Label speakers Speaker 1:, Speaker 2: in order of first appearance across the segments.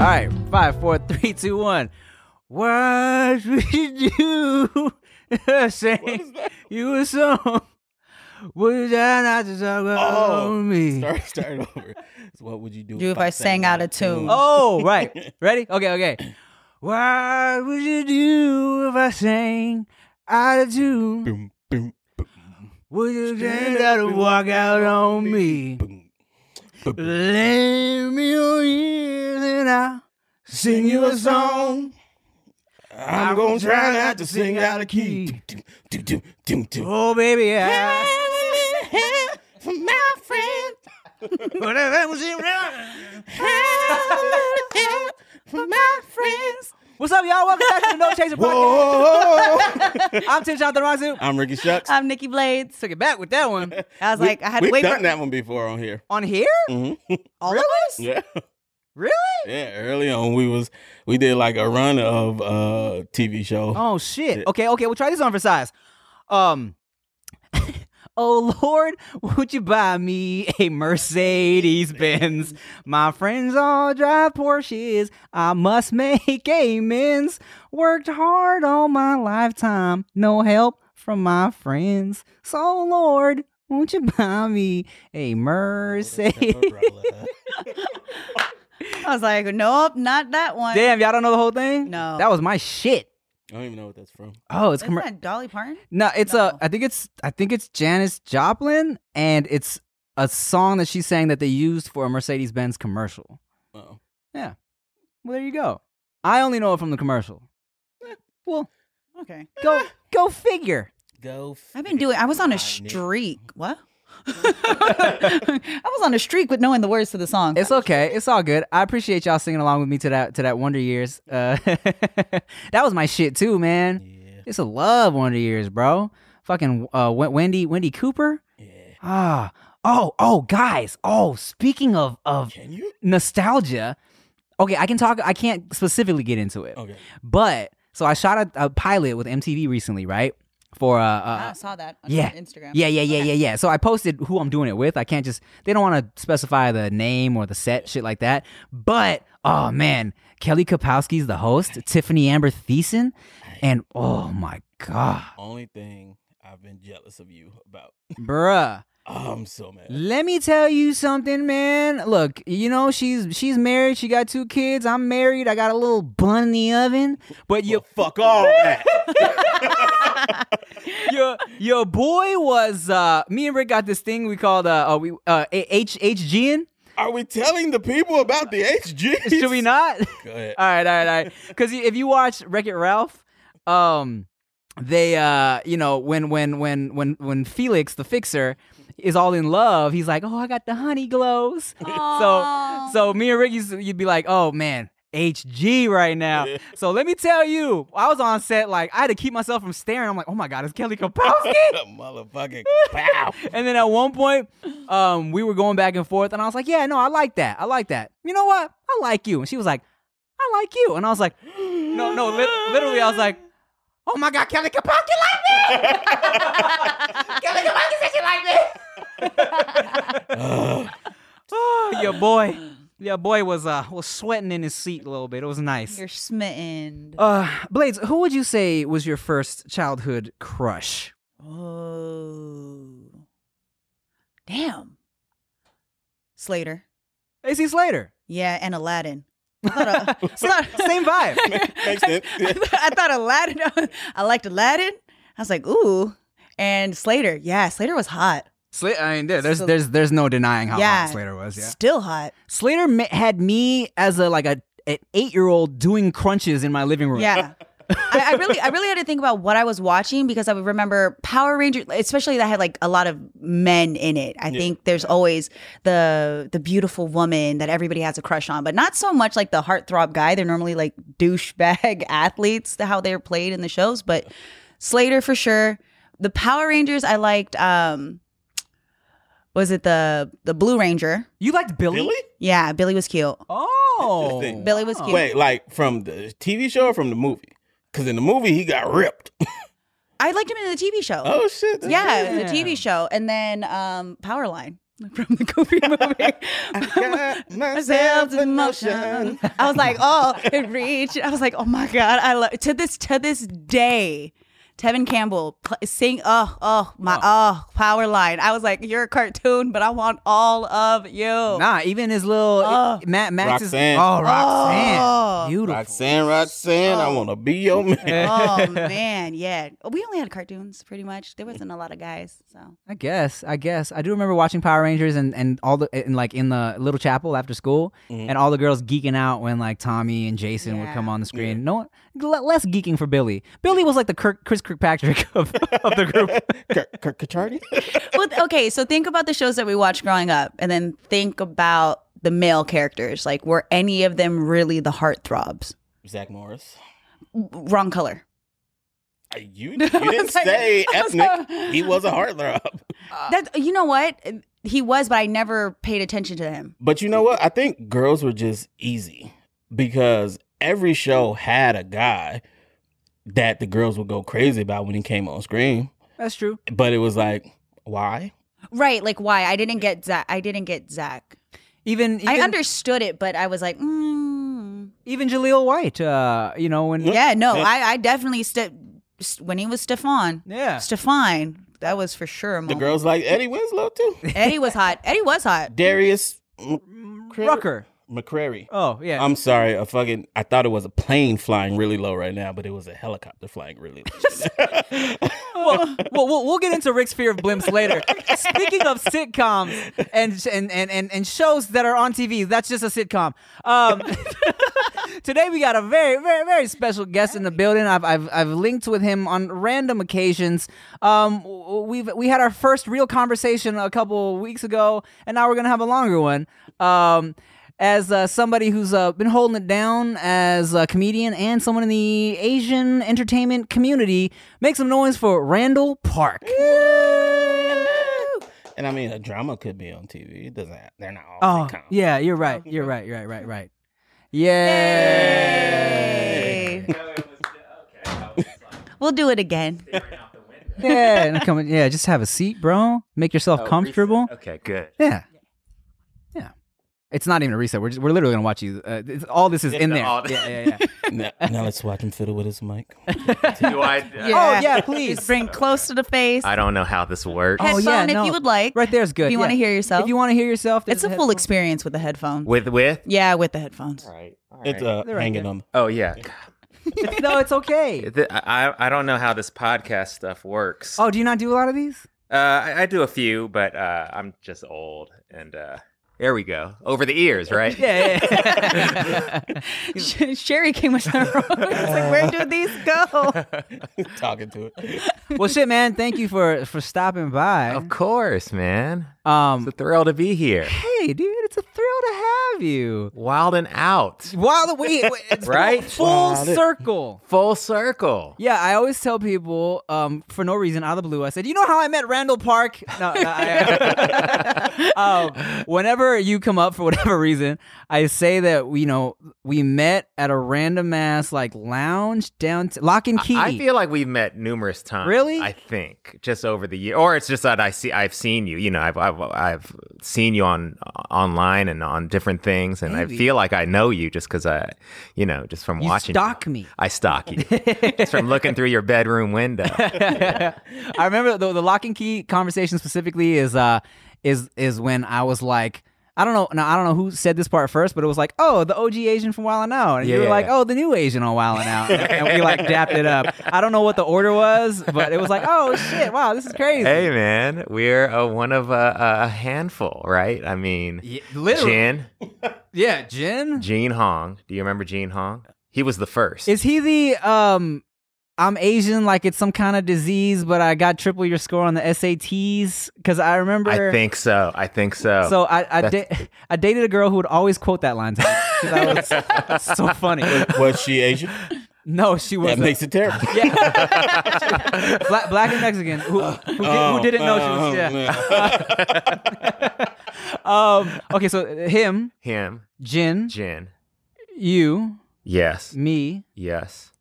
Speaker 1: five, four, three, two, one. What would you do? Sing you a song. Would I not just talk about
Speaker 2: Oh,
Speaker 1: me?
Speaker 2: Start, start over. So what would you do,
Speaker 3: Do if I sang out of tune?
Speaker 1: Oh, right. Ready? Okay, okay. What would you do if I sang out of tune?
Speaker 2: Boom, boom, boom,
Speaker 1: Would you
Speaker 2: Straight
Speaker 1: stand out
Speaker 2: up
Speaker 1: and
Speaker 2: and
Speaker 1: walk out on me?
Speaker 2: boom, boom.
Speaker 1: Lend me your ears and I'll sing you a song.
Speaker 2: I'm gonna try not to sing out of key. Do, do, do, do, do.
Speaker 1: Oh, baby, I.
Speaker 2: From my friend. From my friends.
Speaker 1: What's up, y'all? Welcome back to the No Chaser Podcast.
Speaker 2: Whoa.
Speaker 1: I'm Tim Jonathan Ronson.
Speaker 2: I'm Ricky Shucks.
Speaker 3: I'm Nikki Blades.
Speaker 1: Took it back with that one.
Speaker 3: I was like, I had to
Speaker 2: We've
Speaker 3: wait
Speaker 2: done
Speaker 3: for
Speaker 2: that one before on here.
Speaker 1: On here?
Speaker 2: hmm
Speaker 3: all of us.
Speaker 2: Yeah.
Speaker 1: Really?
Speaker 2: Yeah. Early on, we was we did like a run of uh TV show.
Speaker 1: Oh shit. Okay, okay, we'll try this on for size. Um Oh Lord, would you buy me a Mercedes Benz? My friends all drive Porsches. I must make amends. Worked hard all my lifetime. No help from my friends. So Lord, won't you buy me a Mercedes?
Speaker 3: I was like, nope, not that one.
Speaker 1: Damn, y'all don't know the whole thing?
Speaker 3: No.
Speaker 1: That was my shit.
Speaker 2: I don't even know what that's from.
Speaker 1: Oh, it's
Speaker 3: Isn't
Speaker 1: commercial.
Speaker 3: that Dolly Parton?
Speaker 1: No, it's a.
Speaker 3: No.
Speaker 1: I think it's. I think it's Janis Joplin, and it's a song that she sang that they used for a Mercedes Benz commercial.
Speaker 2: Oh.
Speaker 1: Well, there you go. I only know it from the commercial. Well,
Speaker 3: Okay.
Speaker 1: go go figure.
Speaker 2: Go.
Speaker 3: I've been doing. I was on a streak. What? I was on a streak with knowing the words to the song.
Speaker 1: It's okay. It's all good. I appreciate y'all singing along with me to that to that Wonder Years. Uh, that was my shit too, man.
Speaker 2: Yeah.
Speaker 1: It's a love Wonder Years, bro. Fucking uh, Wen- Wendy Wendy Cooper.
Speaker 2: Yeah.
Speaker 1: Ah. Oh, oh, guys. Oh, speaking of of
Speaker 2: Can you?
Speaker 1: nostalgia. Okay, I can talk. I can't specifically get into it,
Speaker 2: Okay.
Speaker 1: but so I shot a, a pilot with MTV recently, right? For uh,
Speaker 3: I
Speaker 1: uh
Speaker 3: saw that on
Speaker 1: yeah.
Speaker 3: Ah, Instagram.
Speaker 1: yeah, yeah, yeah,
Speaker 3: Okay.
Speaker 1: yeah, yeah. So I posted who I'm doing it with. I can't just. They don't want to specify the name or the set, shit like that. But oh man, Kelly Kapowski's the host, Tiffany Amber Thiessen, and oh my god,
Speaker 2: Only thing I've been jealous of you about.
Speaker 1: bruh.
Speaker 2: Oh, I'm so mad.
Speaker 1: Let me tell you something, man. Look, you know she's she's married. She got two kids. I'm married. I got a little bun in the oven. But your
Speaker 2: You fuck all that.
Speaker 1: your your boy was uh me and Rick got this thing we called uh, uh we uh A- H HGN.
Speaker 2: Are we telling the people about the HG?
Speaker 1: Should we not?
Speaker 2: Go ahead.
Speaker 1: all right, all right, all right. Because if you watch Wreck It Ralph, um, they uh, you know, when when when when when Felix the fixer is all in love, he's like, oh, I got the honey glows.
Speaker 3: Aw.
Speaker 1: So so me and Rick used to, you'd be like, oh man. HG right now.
Speaker 2: Yeah.
Speaker 1: So let me tell you, I was on set like I had to keep myself from staring. I'm like, oh my god, it's Kelly Kapowski.
Speaker 2: Motherfucking pow.
Speaker 1: And then at one point, um, we were going back and forth, and I was like, "Yeah, no, I like that. I like that. You know what? I like you." And she was like, "I like you," and I was like, "No, no, lit- literally." I was like, "Oh my God, Kelly Kapowski like me! Kelly Kapowski said she like me."
Speaker 2: Ugh.
Speaker 1: Oh, your boy, your boy was uh was sweating in his seat a little bit. It was nice.
Speaker 3: You're smitten.
Speaker 1: Uh, Blades, who would you say was your first childhood crush?
Speaker 3: Oh. Damn. Slater.
Speaker 1: AC Slater.
Speaker 3: Yeah, and Aladdin. I thought, uh,
Speaker 1: Same vibe.
Speaker 2: Makes sense.
Speaker 3: I, thought, I thought Aladdin. I liked Aladdin. I was like, ooh. And Slater. Yeah, Slater was hot.
Speaker 1: Slater, I mean, there- there's
Speaker 3: Sl-
Speaker 1: there's there's no denying how
Speaker 3: Yeah.
Speaker 1: hot Slater was. Yeah.
Speaker 3: Still hot.
Speaker 1: Slater ma- had me as a like a an eight year old doing crunches in my living room. Uh,
Speaker 3: Yeah. I, I really, I really had to think about what I was watching because I would remember Power Rangers, especially that had like a lot of men in it. I
Speaker 2: Yeah.
Speaker 3: think there's always the the beautiful woman that everybody has a crush on, but not so much like the heartthrob guy. They're normally like douchebag athletes, to how they're played in the shows. But Slater for sure. The Power Rangers I liked. um Was it the the Blue Ranger?
Speaker 1: You liked Billy?
Speaker 2: Really?
Speaker 3: Yeah, Billy was cute.
Speaker 1: Oh,
Speaker 2: Interesting.
Speaker 3: Billy was cute.
Speaker 2: Wait, like from the TV show or from the movie? Because in the movie he got ripped.
Speaker 3: I liked him in the TV show.
Speaker 2: Oh shit. that's
Speaker 3: Yeah, the
Speaker 1: Yeah.
Speaker 3: TV show, and then um, Powerline. from the Goofy movie. Myself in motion. I was like, oh, it reached. I was like, oh my god, I love to this to this day. Tevin Campbell pl- sing, oh, oh, my, oh. power line. I was like, you're a cartoon, but I want all of you.
Speaker 1: Nah, even his little
Speaker 3: Oh.
Speaker 1: Matt Max
Speaker 2: Roxanne.
Speaker 1: is oh Roxanne,
Speaker 3: Oh.
Speaker 1: beautiful.
Speaker 2: Roxanne, Roxanne, I want to be your man.
Speaker 3: oh man, yeah. We only had cartoons pretty much. There wasn't a lot of guys, so
Speaker 1: I guess. I guess. I do remember watching Power Rangers and, and all the and like in the little chapel after school,
Speaker 3: Mm-hmm.
Speaker 1: and all the girls geeking out when like Tommy and Jason would
Speaker 3: Yeah.
Speaker 1: come on the screen. No one le- less geeking for Billy. Billy was like the Kirk, Chris Kirkpatrick of, of the group.
Speaker 2: Kirk- Kirk Cattardi?
Speaker 3: well, okay, so think about the shows that we watched growing up, and then think about the male characters. Like, were any of them really the heartthrobs?
Speaker 2: Zach Morris.
Speaker 3: W- Wrong color.
Speaker 2: Uh, You, you
Speaker 3: I
Speaker 2: didn't
Speaker 3: was like-
Speaker 2: say
Speaker 3: I was
Speaker 2: ethnic.
Speaker 3: like-
Speaker 2: He was a heartthrob.
Speaker 3: That you know what he was, but I never paid attention to him.
Speaker 2: But you know what? I think girls were just easy because every show had a guy that the girls would go crazy about when he came on screen.
Speaker 1: That's true.
Speaker 2: But it was like, why?
Speaker 3: Right? Like, why? I didn't get Zach. I didn't get Zach.
Speaker 1: Even even,
Speaker 3: I understood it, but I was like, mm.
Speaker 1: even Jaleel White. Uh, you know when
Speaker 3: yeah, no,
Speaker 2: Yeah.
Speaker 3: I, I definitely st- when he was Stefan.
Speaker 1: yeah.
Speaker 3: Stefan, that was for sure. A
Speaker 2: The
Speaker 3: moment.
Speaker 2: girls like Eddie Winslow too.
Speaker 3: Eddie was hot. Eddie was hot.
Speaker 2: Darius Cri-
Speaker 1: Rucker.
Speaker 2: McCrary.
Speaker 1: Oh yeah.
Speaker 3: Um,
Speaker 2: I'm sorry, a fucking. I thought it was a plane flying really low right now, but it was a helicopter flying really low.
Speaker 1: well, well, we'll, we'll get into Rick's fear of blimps later. Speaking of sitcoms and and, and, and and shows that are on TV, that's just a sitcom. Um, today we got a very very very special guest in the building. I've I've, I've linked with him on random occasions. Um, w- we've we had our first real conversation a couple weeks ago, and now we're gonna have a longer one. Um. As uh, somebody who's uh, been holding it down as a comedian and someone in the Asian entertainment community, make some noise for Randall Park.
Speaker 2: and I mean, a drama could be on TV. It doesn't. Have, they're not all.
Speaker 1: Oh,
Speaker 2: sitcoms.
Speaker 1: yeah, you're right. You're right. You're right. Right. Right. Yay!
Speaker 3: Hey. we'll do it again.
Speaker 1: Yeah, and come in- yeah, just have a seat, bro. Make yourself comfortable.
Speaker 4: Oh, Okay, good.
Speaker 1: Yeah, yeah. It's not even a reset. We're just, we're literally gonna watch you. Uh, it's, all this is in there.
Speaker 4: all-
Speaker 1: yeah, yeah, yeah.
Speaker 2: Now, now let's watch him fiddle with his mic.
Speaker 4: Do I?
Speaker 1: Oh yeah, please.
Speaker 3: Just bring close to the face.
Speaker 4: I don't know how this works.
Speaker 1: Oh,
Speaker 3: Headphone
Speaker 1: yeah, no.
Speaker 3: if you would like.
Speaker 1: Right there is good.
Speaker 3: If you
Speaker 1: yeah.
Speaker 3: want to hear yourself.
Speaker 1: If you want to hear yourself,
Speaker 3: it's a full experience with the headphones.
Speaker 4: With with.
Speaker 3: yeah, with the headphones.
Speaker 4: Right.
Speaker 2: It's uh,
Speaker 1: They're right
Speaker 2: hanging
Speaker 1: there.
Speaker 2: on.
Speaker 4: oh yeah.
Speaker 1: experience. no, it's okay.
Speaker 4: Th- I I don't know how this podcast stuff works.
Speaker 1: Oh, do you not do a lot of these?
Speaker 4: Uh, I, I do a few, but uh, I'm just old and. uh there we go. Over the ears, right?
Speaker 1: Yeah. yeah, yeah.
Speaker 3: Sh- Sherry came with her. own. It's like, where do these go?
Speaker 2: talking to it.
Speaker 1: well, shit, man. Thank you for for stopping by.
Speaker 4: Of course, man. It's
Speaker 1: Um,
Speaker 4: a thrill to be here.
Speaker 1: hey, dude, it's a thrill to have you.
Speaker 4: Wild and out.
Speaker 1: Wow, the wait, wait, it's
Speaker 4: Right?
Speaker 1: full,
Speaker 2: Wow,
Speaker 1: full
Speaker 2: that-
Speaker 1: circle.
Speaker 4: Full circle.
Speaker 1: Yeah, I always tell people um, for no reason out of the blue. I said, "You know how I met Randall Park?" No, no, I- um, whenever you come up for whatever reason, I say that you know we met at a random ass like lounge down Lock and Key.
Speaker 4: I feel like we've met numerous times.
Speaker 1: Really?
Speaker 4: I think just over the year, or it's just that I see I've seen you. You know, I've I've, I've seen you on online and on different things, and
Speaker 1: Maybe.
Speaker 4: I feel like I know you just because I, you know, just from
Speaker 1: you
Speaker 4: watching.
Speaker 1: stalk
Speaker 4: you.
Speaker 1: me.
Speaker 4: I stalk you. it's from looking through your bedroom window.
Speaker 1: I remember the, the lock and key conversation specifically is uh is is when I was like I don't know now I don't know who said this part first, but it was like oh the OG Asian from Wild and Out, and you
Speaker 4: Yeah,
Speaker 1: were
Speaker 4: yeah,
Speaker 1: like
Speaker 4: yeah.
Speaker 1: oh the new Asian on Wild and Out, and we like dapped it up. I don't know what the order was, but it was like oh shit wow this is crazy.
Speaker 4: hey man, we're a, one of a, a handful, right? I mean,
Speaker 1: Yeah, literally,
Speaker 4: Jin,
Speaker 1: yeah, Jin.
Speaker 4: Gene Hong. Do you remember Gene Hong? He was the first.
Speaker 1: Is he the um? I'm Asian, like it's some kind of disease, but I got triple your score on the SATs because I remember.
Speaker 4: I think so. I think so.
Speaker 1: So I I,
Speaker 4: Oh, That's-
Speaker 1: da- I dated a girl who would always quote that line to me. 'Cause That was so funny.
Speaker 2: Was she Asian?
Speaker 1: No, she was
Speaker 2: That makes it terrible.
Speaker 1: yeah. black, black and Mexican who,
Speaker 4: Oh,
Speaker 1: who, di-
Speaker 2: Oh,
Speaker 1: who didn't know she was yeah. Um, okay, so him,
Speaker 4: Him,
Speaker 1: Jin,
Speaker 4: Jin.
Speaker 1: you,
Speaker 4: Yes.
Speaker 1: me.
Speaker 4: Yes.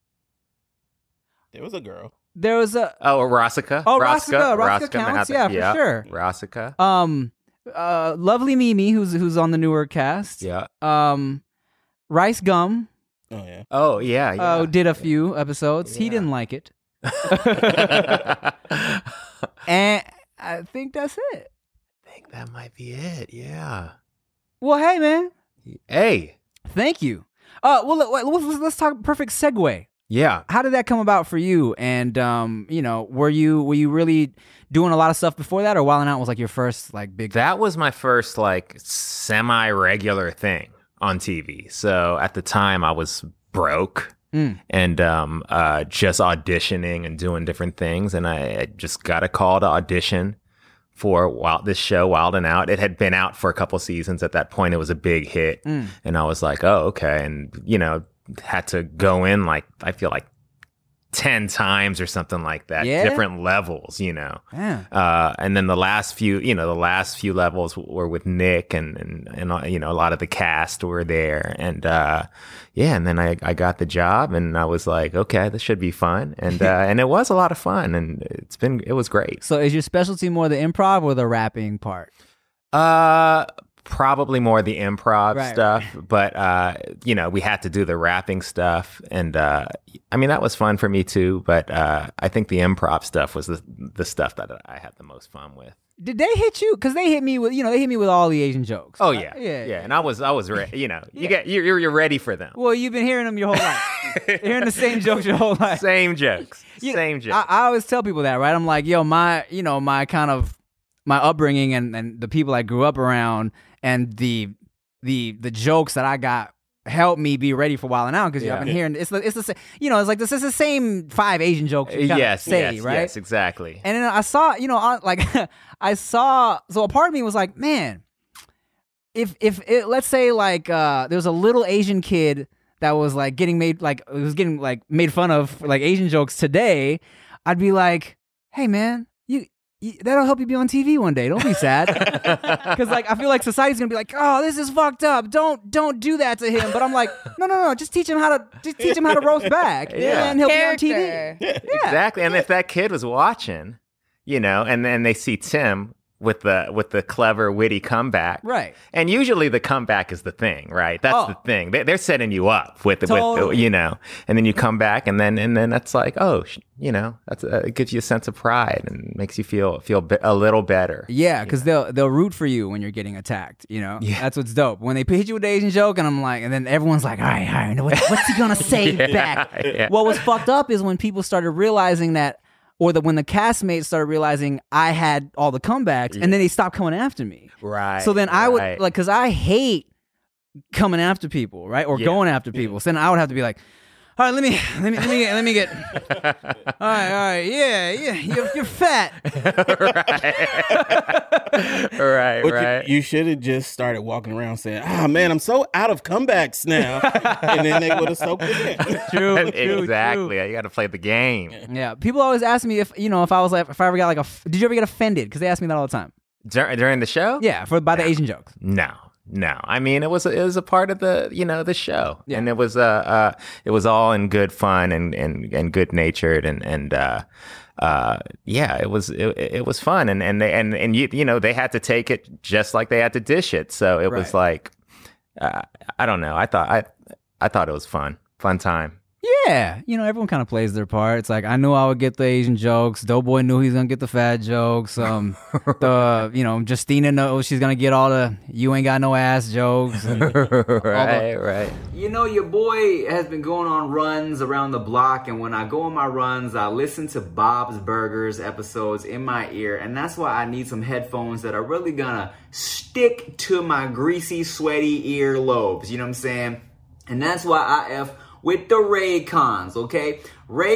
Speaker 2: There was a girl.
Speaker 1: There was a
Speaker 4: Oh, Rossica.
Speaker 1: oh Rosca, Rosca
Speaker 4: Rosica
Speaker 1: counts,
Speaker 4: Matha-
Speaker 1: yeah, for sure.
Speaker 4: Rosica.
Speaker 1: Um, uh, lovely Mimi, who's who's on the newer cast.
Speaker 4: Yeah.
Speaker 1: Um, Rice Gum
Speaker 2: Oh yeah.
Speaker 4: Oh yeah. yeah.
Speaker 1: uh, did a few episodes. He
Speaker 4: Yeah.
Speaker 1: didn't like it,
Speaker 4: I
Speaker 1: and I think that's it.
Speaker 4: think that might be it. Yeah.
Speaker 1: Well, hey man,
Speaker 4: Hey.
Speaker 1: thank you. Uh, well, let- let's, let's- let's talk. Perfect segue.
Speaker 4: Yeah.
Speaker 1: How did that come about for you? And um, you know, were you were you really doing a lot of stuff before that, or Wild 'N Out was like your first like big?
Speaker 4: That was my first like semi regular thing on TV. So at the time I was broke
Speaker 1: Mm.
Speaker 4: and um, uh, just auditioning and doing different things. And I, I just got a call to audition for Wild, this show, Wild and Out. It had been out for a couple seasons at that point. It was a big hit.
Speaker 1: Mm.
Speaker 4: And I was like, oh, okay. And, you know, had to go in like, I feel like 10 times or something like that,
Speaker 1: Yeah?
Speaker 4: different levels, you know.
Speaker 1: Yeah.
Speaker 4: Uh, and then the last few, you know, the last few levels were with Nick and, and, and, uh, you know, a lot of the cast were there. And, uh, yeah. And then I, I got the job and I was like, okay, this should be fun. And, uh, and it was a lot of fun and it's been, it was great.
Speaker 1: So is your specialty more the improv or the rapping part?
Speaker 4: Uh, probably more the improv
Speaker 1: Right.
Speaker 4: stuff, but, uh, you know, we had to do the rapping stuff. And, uh, I mean, that was fun for me too. But, uh, I think the improv stuff was the, the stuff that I had the most fun with.
Speaker 1: Did they hit you? Because they hit me with you know they hit me with all the Asian jokes.
Speaker 4: Oh
Speaker 1: Uh,
Speaker 4: yeah, yeah, And I was, I was ready. You know, you get, you're, you're- you're ready for them.
Speaker 1: Well, you've been hearing them your whole life. You're hearing the same jokes your whole life.
Speaker 4: Same jokes,
Speaker 1: You-
Speaker 4: same jokes.
Speaker 1: I, I always tell people that, right? I'm like, yo, my, you know, my kind of my upbringing and and the people I grew up around and the the the jokes that I got helped me be ready for Wild 'N Out because
Speaker 4: Yeah.
Speaker 1: I've been hearing it's the it's the sa- you know it's like this is the same five Asian jokes you kinda
Speaker 4: Uh, yes,
Speaker 1: say
Speaker 4: yes,
Speaker 1: right
Speaker 4: yes, exactly.
Speaker 1: and then I saw, you know, I, like I saw. So a part of me was like, man, if if it, let's say like uh, there was a little Asian kid that was like getting made like it was getting like made fun of for, like Asian jokes today, I'd be like, hey man, you, you that'll help you be on TV one day. Don't be sad. Because like I feel like society's gonna be like, oh, this is fucked up. Don't don't do that to him. But I'm like, no no no, just teach him how to just teach him how to roast back.
Speaker 4: Yeah.
Speaker 1: and he'll be on TV.
Speaker 3: Character.
Speaker 4: exactly. And if that kid was watching, you know, and then they see Tim with the with the clever, witty comeback,
Speaker 1: Right.
Speaker 4: And usually the comeback is the thing, right? That's
Speaker 1: Oh.
Speaker 4: the thing. They, they're setting you up with, with
Speaker 1: Totally.
Speaker 4: you know, and then you come back, and then and then that's like, oh, sh- you know, that's uh, it gives you a sense of pride and makes you feel feel be- a little better.
Speaker 1: Yeah, because they'll they'll root for you when you're getting attacked. You know,
Speaker 4: Yeah.
Speaker 1: that's what's dope. When they hit you with the Asian joke, and I'm like, and then everyone's like, all right, all right, what, what's he gonna say back?
Speaker 4: yeah.
Speaker 1: What was fucked up is when people started realizing that, or that when the castmates started realizing I had all the comebacks, and then they stopped coming after me.
Speaker 4: Right.
Speaker 1: So then I would
Speaker 4: right.
Speaker 1: like, cause I hate coming after people, right, or
Speaker 4: Yeah.
Speaker 1: going after people. So then I would have to be like, all right, let me let me let me get, let me get. All right, all right, yeah, yeah, you're, you're fat.
Speaker 4: right. right.
Speaker 2: But you-
Speaker 4: Right.
Speaker 2: you, should have just started walking around saying, "Ah, man, I'm so out of comebacks now," and then they would have soaked it in.
Speaker 1: True, true, true.
Speaker 4: exactly. You got to play the game.
Speaker 1: Yeah, people always ask me if you know if I was like if I ever got like a f- did you ever get offended because they ask me that all the time.
Speaker 4: Dur- during the show?
Speaker 1: Yeah, for by the Asian jokes.
Speaker 4: No, no. I mean, it was a, it was a part of the you know the show,
Speaker 1: Yeah.
Speaker 4: and it was uh, uh it was all in good fun and and and good natured and and uh uh yeah it was it, it was fun and and they, and and you you know they had to take it just like they had to dish it so it was
Speaker 1: Right.
Speaker 4: like uh, I don't know I thought I I thought it was fun fun time
Speaker 1: Yeah, you know everyone kind of plays their part. It's like I knew I would get the Asian jokes. Doughboy knew he's gonna get the fat jokes. Um, the you know Justina knows she's gonna get all the you ain't got no ass jokes.
Speaker 4: right right
Speaker 1: You know, your boy has been going on runs around the block, and when I go on my runs, I listen to Bob's Burgers episodes in my ear, and that's why I need some headphones that are really gonna stick to my greasy, sweaty ear lobes. You know what I'm saying? And that's why I F with the Raycons, okay?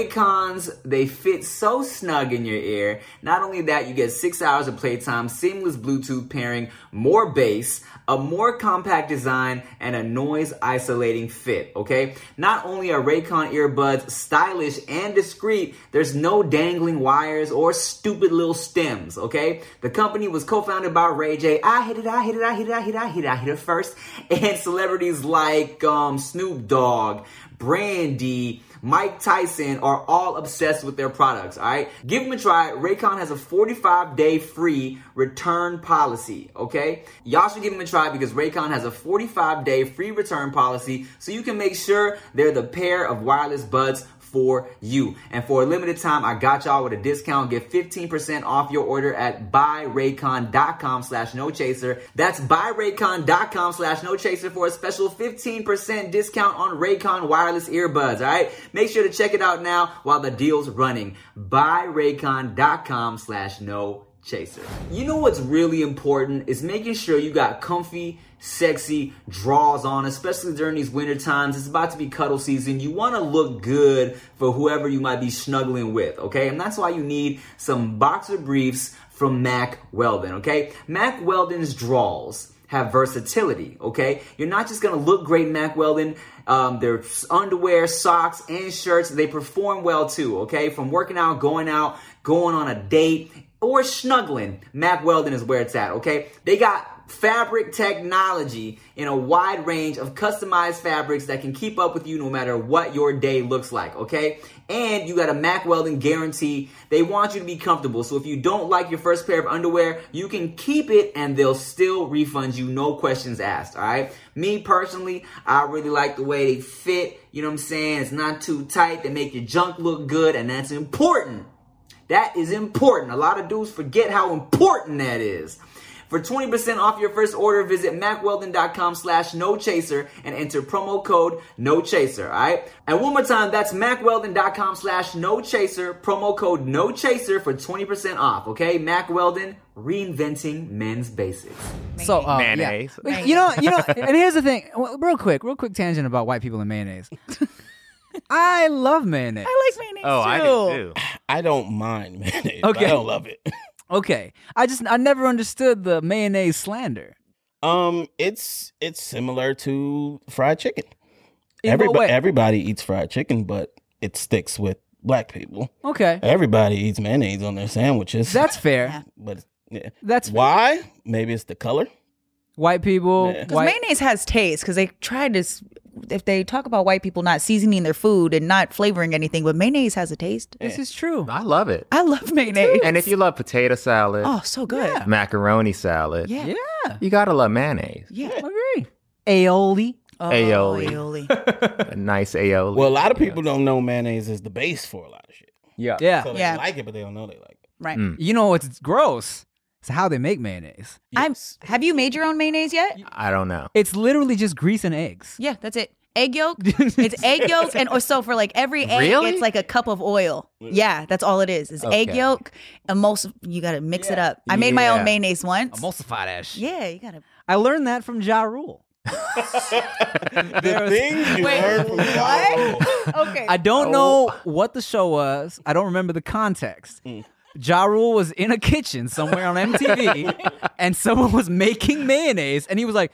Speaker 1: Raycons, they fit so snug in your ear. Not only that, you get six hours of playtime, seamless Bluetooth pairing, more bass, a more compact design, and a noise isolating fit, okay? Not only are Raycon earbuds stylish and discreet, there's no dangling wires or stupid little stems, okay? The company was co founded by Ray J. I hit it, I hit it, I hit it, I hit it, I hit it, I hit it first. And celebrities like um, Snoop Dogg, Brandy,
Speaker 5: Mike Tyson are all obsessed with their products, all right? Give them a try. Raycon has a 45 day free return policy, okay? Y'all should give them a try because Raycon has a 45 day free return policy so you can make sure they're the pair of wireless buds for you. And for a limited time, I got y'all with a discount. Get 15% off your order at buyraycon.com slash no chaser. That's buyraycon.com slash no chaser for a special 15% discount on Raycon wireless earbuds. All right. Make sure to check it out now while the deal's running. Buyraycon.com slash no chaser. You know what's really important is making sure you got comfy, sexy draws on, especially during these winter times. It's about to be cuddle season. You want to look good for whoever you might be snuggling with, okay? And that's why you need some boxer briefs from Mac Weldon, okay? Mac Weldon's draws have versatility, okay? You're not just gonna look great in Mack Weldon. Um, their underwear, socks, and shirts, they perform well too, okay? From working out, going out, going on a date, or snuggling, Mack Weldon is where it's at, okay? They got fabric technology in a wide range of customized fabrics that can keep up with you no matter what your day looks like, okay? And you got a Mack Weldon guarantee. They want you to be comfortable. So if you don't like your first pair of underwear, you can keep it and they'll still refund you, no questions asked, all right? Me personally, I really like the way they fit. You know what I'm saying? It's not too tight. They make your junk look good, and that's important. That is important. A lot of dudes forget how important that is. For 20% off your first order, visit macweldon.com slash nochaser and enter promo code nochaser, all right? And one more time, that's macweldon.com slash nochaser, promo code nochaser for 20% off, okay? Mac Weldon, reinventing men's basics.
Speaker 1: So uh, yeah.
Speaker 4: Mayonnaise.
Speaker 1: But You know, you know, and here's the thing. Well, Real quick, real quick tangent about white people and mayonnaise. I love mayonnaise.
Speaker 3: I like mayonnaise
Speaker 4: Oh,
Speaker 3: too.
Speaker 4: I do too.
Speaker 2: I don't mind mayonnaise. Okay.
Speaker 1: Okay.
Speaker 2: I don't love it.
Speaker 1: Okay, I just I never understood the mayonnaise slander.
Speaker 2: Um, it's it's similar to fried chicken.
Speaker 1: In what
Speaker 2: Everybody
Speaker 1: way?
Speaker 2: everybody eats fried chicken, but it sticks with black people.
Speaker 1: Okay,
Speaker 2: Everybody eats mayonnaise on their sandwiches.
Speaker 1: that's fair.
Speaker 3: Yeah.
Speaker 2: but yeah.
Speaker 1: That's
Speaker 2: why? Maybe it's the color.
Speaker 1: white people.
Speaker 2: Yeah.
Speaker 3: 'Cause
Speaker 1: White,
Speaker 3: mayonnaise has taste because they tried to, s- if they talk about white people not seasoning their food and not flavoring anything, but mayonnaise has a taste.
Speaker 1: this is true.
Speaker 4: I love it.
Speaker 3: I love mayonnaise.
Speaker 4: And if you love potato salad,
Speaker 3: oh, so good. Yeah.
Speaker 4: macaroni salad,
Speaker 3: Yeah.
Speaker 4: you gotta love mayonnaise.
Speaker 1: I agree. Aioli.
Speaker 3: Oh,
Speaker 4: Aioli.
Speaker 3: aioli.
Speaker 4: A nice aioli.
Speaker 2: Well, a lot of people don't know mayonnaise is the base for a lot of shit.
Speaker 4: yeah.
Speaker 1: Yeah.
Speaker 2: So they
Speaker 3: Yeah.
Speaker 2: like it, but they don't know they like it.
Speaker 3: Right.
Speaker 4: Mm.
Speaker 1: You know what's gross? It's how they make mayonnaise.
Speaker 3: I'm. Have you made your own mayonnaise yet?
Speaker 4: I don't know.
Speaker 1: It's literally just grease and eggs.
Speaker 3: Yeah, that's it. Egg yolk. it's egg yolk, and or so for like every egg,
Speaker 4: Really?
Speaker 3: it's like a cup of oil. Yeah, that's all it is. Is egg
Speaker 4: Okay.
Speaker 3: yolk, emulsion. You gotta mix it up. I made my
Speaker 4: Yeah.
Speaker 3: own mayonnaise once.
Speaker 1: Emulsify that shit.
Speaker 3: Yeah, you gotta.
Speaker 1: I learned that from Ja Rule.
Speaker 2: The things you
Speaker 3: Wait,
Speaker 2: learn from
Speaker 3: what? Okay.
Speaker 1: I
Speaker 4: Oh.
Speaker 1: don't know what the show was. I don't remember the context.
Speaker 4: Hmm.
Speaker 1: Ja Rule was in a kitchen somewhere on MTV and someone was making mayonnaise and he was like,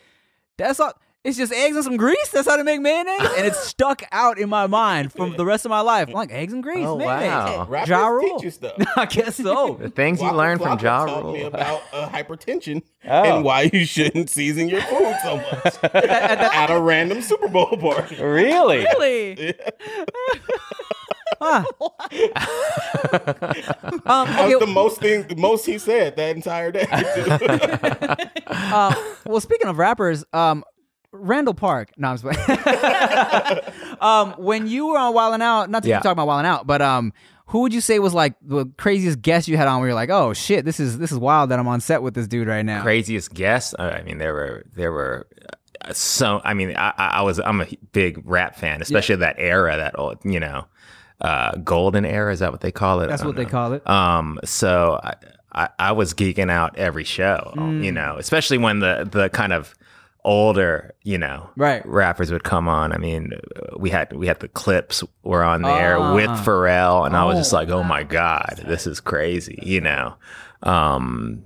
Speaker 1: That's all it's just eggs and some grease. That's how to make mayonnaise. And it stuck out in my mind from the rest of my life. I'm like, eggs and grease,
Speaker 4: Oh,
Speaker 1: mayonnaise.
Speaker 4: wow.
Speaker 2: Rappers
Speaker 1: Ja
Speaker 2: teach
Speaker 1: Rule.
Speaker 2: you stuff.
Speaker 1: I guess
Speaker 4: The
Speaker 1: so.
Speaker 4: things you
Speaker 2: Waka
Speaker 4: learn from
Speaker 2: Flocka
Speaker 4: Ja
Speaker 2: taught me
Speaker 4: Rule.
Speaker 2: about uh, hypertension
Speaker 4: Oh.
Speaker 2: and why you shouldn't season your food so much at a random Super Bowl party.
Speaker 4: Really?
Speaker 3: Really?
Speaker 1: Huh. um,
Speaker 2: That
Speaker 1: okay,
Speaker 2: was the most thing, the most he said that entire day.
Speaker 1: uh, well, speaking of rappers, um, Randall Park. No, I'm just playing. um, when you were on Wildin' Out, not to
Speaker 4: Yeah.
Speaker 1: keep talking about Wildin' Out, but um, who would you say was like the craziest guest you had on? Where you're like, oh shit, this is this is wild that I'm on set with this dude right now.
Speaker 4: Craziest guess? Uh, I mean, there were there were uh, so. I mean, I, I I was I'm a big rap fan, especially of that era, that old, you know, uh, golden era. Is that what they call it?
Speaker 1: That's what they
Speaker 4: call.
Speaker 1: call it.
Speaker 4: Um, so I, I, I was geeking out every show, you
Speaker 1: Hmm.
Speaker 4: know, especially when the the kind of older, you know,
Speaker 1: Right.
Speaker 4: rappers would come on. I mean, we had we had the clips were on there
Speaker 1: Ah.
Speaker 4: with Pharrell, and I was
Speaker 1: Oh,
Speaker 4: just like, oh my god, this is crazy, you know. Um,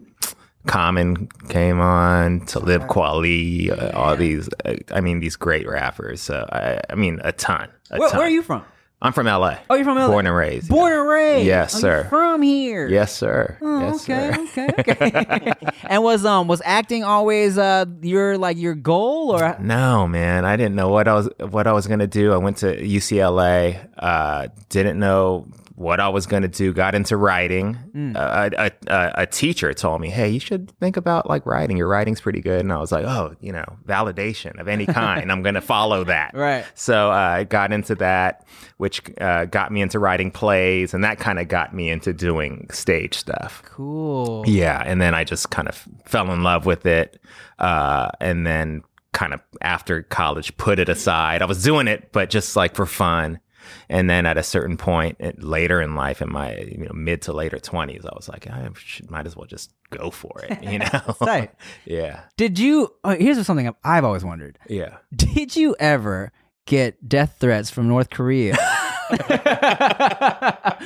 Speaker 4: Common came on to live Quali, uh, all these. Uh, I mean, these great rappers. So I, I mean, a ton. A
Speaker 1: Where,
Speaker 4: ton.
Speaker 1: where are you from?
Speaker 4: I'm from LA.
Speaker 1: Oh, you're from LA.
Speaker 4: Born and raised. yeah.
Speaker 1: Born and raised.
Speaker 4: Yes,
Speaker 1: Are you
Speaker 4: sir.
Speaker 1: from here.
Speaker 4: Yes, sir.
Speaker 1: Oh,
Speaker 4: yes,
Speaker 1: okay,
Speaker 4: sir.
Speaker 1: okay, okay. and was um was acting always uh your like your goal or
Speaker 4: No, man, I didn't know what I was what I was gonna do. I went to UCLA. Uh, didn't know what I was gonna do. Got into writing. Uh, a, a- a, a teacher told me, "Hey, you should think about like writing. Your writing's pretty good." And I was like, "Oh, you know, validation of any kind. I'm gonna follow that."
Speaker 1: Right.
Speaker 4: So uh, I got into that, which uh, got me into writing plays, and that kind of got me into doing stage stuff.
Speaker 1: cool?
Speaker 4: Yeah, and then I just kind of fell in love with it, uh, and then kind of after college put it aside. I was doing it, but just like for fun. And then at a certain point it- later in life, in my you know mid to later twenties, I was like, I should, might as well just go for it, you know?
Speaker 1: Right.
Speaker 4: yeah,
Speaker 1: Did you? Oh, here's something I've- I've always wondered.
Speaker 4: yeah.
Speaker 1: Did you ever get death threats from North Korea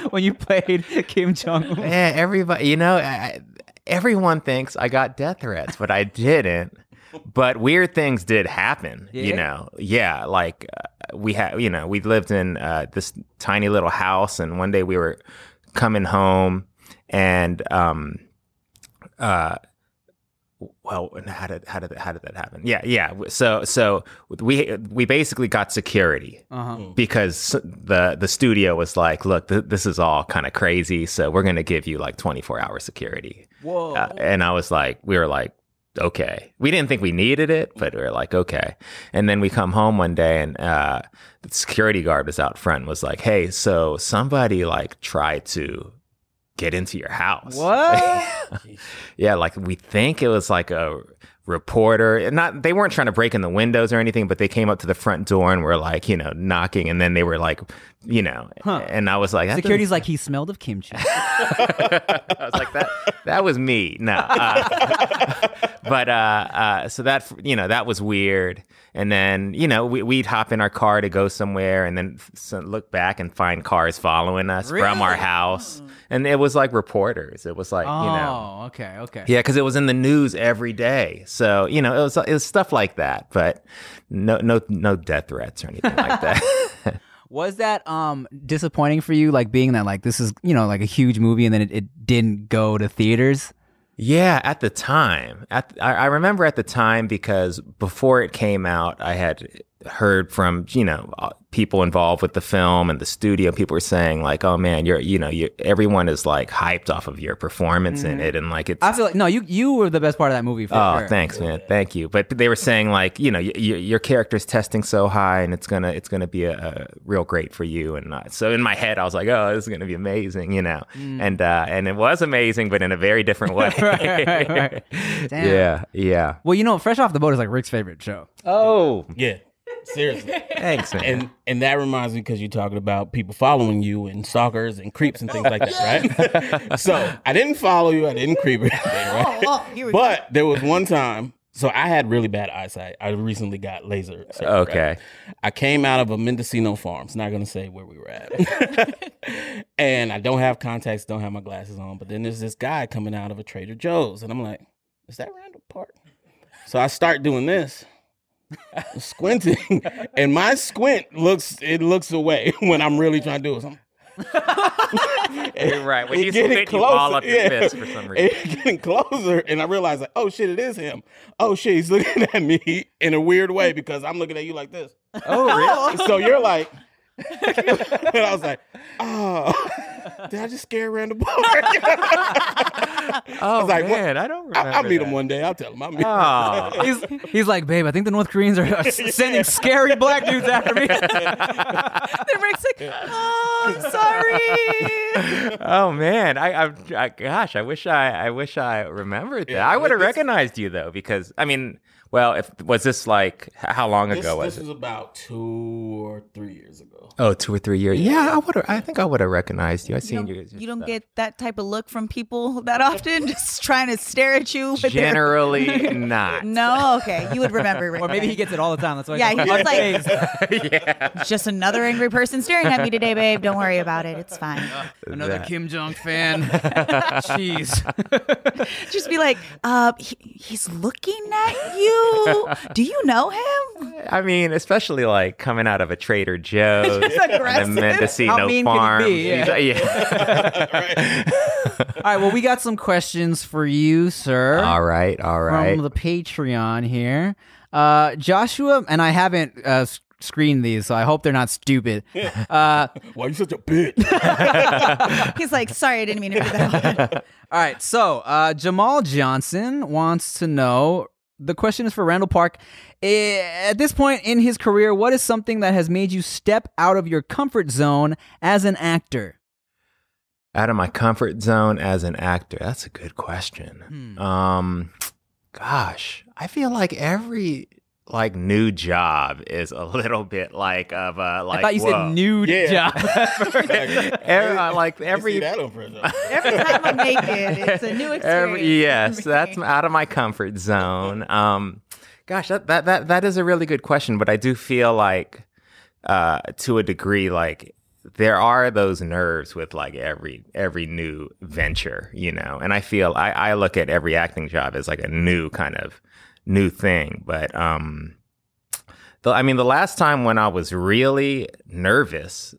Speaker 1: when you played Kim Jong Un?
Speaker 4: Man, everybody, you know, I, I- everyone thinks I got death threats, but I didn't. But weird things did happen, you
Speaker 1: Yeah?
Speaker 4: know. Yeah, like uh, we had, you know, we lived in uh, this tiny little house, and one day we were coming home, and um, uh, well, and how did how did that, how did that happen? Yeah, yeah. So so we we basically got security
Speaker 1: Uh-huh.
Speaker 4: because the the studio was like, look, th- this is all kind of crazy, so we're gonna give you like 24 hour security.
Speaker 1: Whoa!
Speaker 4: Uh, and I was like, we were like, okay, we didn't think we needed it, but we were like, okay. And then we come home one day, and uh, the security guard was out front, and was like, hey, so somebody like tried to get into your house.
Speaker 1: What?
Speaker 4: Yeah, like we think it was like a reporter. And Not they weren't trying to break in the windows or anything, but they came up to the front door and were like, you know, knocking and then they were like, you know,
Speaker 1: Huh.
Speaker 4: and I was like, that
Speaker 1: Security's like he smelled of kimchi.
Speaker 4: I was like that. That was me. No, uh, but uh, uh, so that you know that was weird. And then you know we, we'd hop in our car to go somewhere, and then f- so look back and find cars following us from our
Speaker 1: Really?
Speaker 4: house. And it was like reporters. It was like you know.
Speaker 1: oh, okay, okay.
Speaker 4: Yeah, because it was in the news every day. So you know, it was it was stuff like that, but no, no, no death threats or anything like that.
Speaker 1: Was that um disappointing for you? Like being that like this is you know like a huge movie and then it, it didn't go to theaters.
Speaker 4: yeah, at the time, at I, I remember at the time because before it came out, I had heard from you know uh, people involved with the film and the studio. People were saying like, "Oh man, you're you know, you everyone is like hyped off of your performance in it, and like it's
Speaker 1: I feel like no, you you were the best part of that movie. For
Speaker 4: Oh,
Speaker 1: sure.
Speaker 4: thanks, man. Thank you. But they were saying like, you know, y- y- your character's testing so high, and it's gonna it's gonna be a, a real great for you. And uh, so in my head, I was like, oh, this is gonna be amazing, you know.
Speaker 1: Mm.
Speaker 4: And uh, and it was amazing, but in a very different way.
Speaker 1: Right, right, right. Damn.
Speaker 4: Yeah, yeah.
Speaker 1: Well, you know, Fresh Off the Boat is like Rick's favorite show.
Speaker 4: Oh,
Speaker 2: Yeah, seriously.
Speaker 4: thanks, man.
Speaker 2: And and that reminds me because you're talking about people following you and stalkers and creeps and things like that, right? so I didn't follow you. I didn't creep or anything, right?
Speaker 3: Oh, here we go.
Speaker 2: But there was one time. So I had really bad eyesight. I recently got laser. surgery, right?
Speaker 4: Okay.
Speaker 2: I came out of a Mendocino Farms. Not gonna say where we were at. and I don't have contacts. Don't have my glasses on. But then there's this guy coming out of a Trader Joe's, and I'm like, "Is that Randall Park?" So I start doing this, squinting, and my squint looks it looks away when I'm really trying to do it. So I'm-
Speaker 4: You're right. When
Speaker 2: it
Speaker 4: you
Speaker 2: getting
Speaker 4: spit, you ball up your
Speaker 2: yeah.
Speaker 4: fist for some reason.
Speaker 2: It getting closer, and I realize like, oh shit, it is him. Oh shit, he's looking at me in a weird way because I'm looking at you like this. Oh, really? so you're like, and I was like, oh, did I just scare Randall Park?
Speaker 4: oh
Speaker 2: was like, what-
Speaker 4: man, I don't remember.
Speaker 2: I, will meet
Speaker 4: that.
Speaker 2: him one day. I'll tell him. I'll meet him.
Speaker 4: Oh.
Speaker 1: He's, he's like, babe, I think the North Koreans are are sending scary black dudes after me.
Speaker 3: Then Rick's like, oh, I'm sorry.
Speaker 4: oh man, I, I, I gosh, I wish I, I wish I remembered that. I would have recognized you though, because I mean, well, if was this like h- how long
Speaker 2: This,
Speaker 4: ago was
Speaker 2: this
Speaker 4: it?
Speaker 2: was about two or three years ago.
Speaker 4: Oh, two or three years. Yeah, I would. have I think I would have recognized you. you. I
Speaker 3: You
Speaker 4: seen
Speaker 3: don't,
Speaker 4: you.
Speaker 3: you don't get that type of look from people that often, just trying to stare at you. With their-
Speaker 4: generally not.
Speaker 3: no, okay, you would remember.
Speaker 1: Or maybe he gets it all the time. That's why.
Speaker 3: Yeah,
Speaker 1: he's
Speaker 3: he was like-
Speaker 1: unfazed.
Speaker 3: just another angry person staring at me today, babe. Don't worry about it. It's fine.
Speaker 1: another
Speaker 4: That-
Speaker 1: Kim Jong fan. Jeez.
Speaker 3: Just be like, uh, he, he's looking at you. Do you know him?
Speaker 4: I mean, especially like coming out of a Trader Joe's,
Speaker 3: aggressive.
Speaker 4: and the Mendocino
Speaker 1: How mean can it
Speaker 4: farm.
Speaker 1: be? Yeah. All right. Well, we got some questions for you, sir.
Speaker 4: all right, all right.
Speaker 1: from the Patreon here. Uh, Joshua, and I haven't uh, s- screened these, so I hope they're not stupid. Uh,
Speaker 2: Why you such a bitch?
Speaker 3: He's like, sorry, I didn't mean to do that.
Speaker 1: all right, so uh, Jamal Johnson wants to know. The question is for Randall Park. Eh, At this point in his career, what is something that has made you step out of your comfort zone as an actor?
Speaker 4: out of my comfort zone as an actor? That's a good
Speaker 1: Hmm.
Speaker 4: question. Um, gosh, I feel like every like new job is a little bit like of a like.
Speaker 1: I thought you
Speaker 4: whoa.
Speaker 1: said uh, nude
Speaker 2: Yeah.
Speaker 1: job.
Speaker 4: Every, like
Speaker 2: Every
Speaker 4: every
Speaker 2: that on prison.
Speaker 3: Every time I'm naked, it's a new experience.
Speaker 4: Every, yes,
Speaker 3: for me.
Speaker 4: that's out of my comfort zone. Um, gosh, that, that that that is a really good question, but I do feel like, uh, to a degree, like there are those nerves with like every every new venture, you know. And I feel I I look at every acting job as like a new kind of new thing, but um. The, I mean, the last time when I was really nervous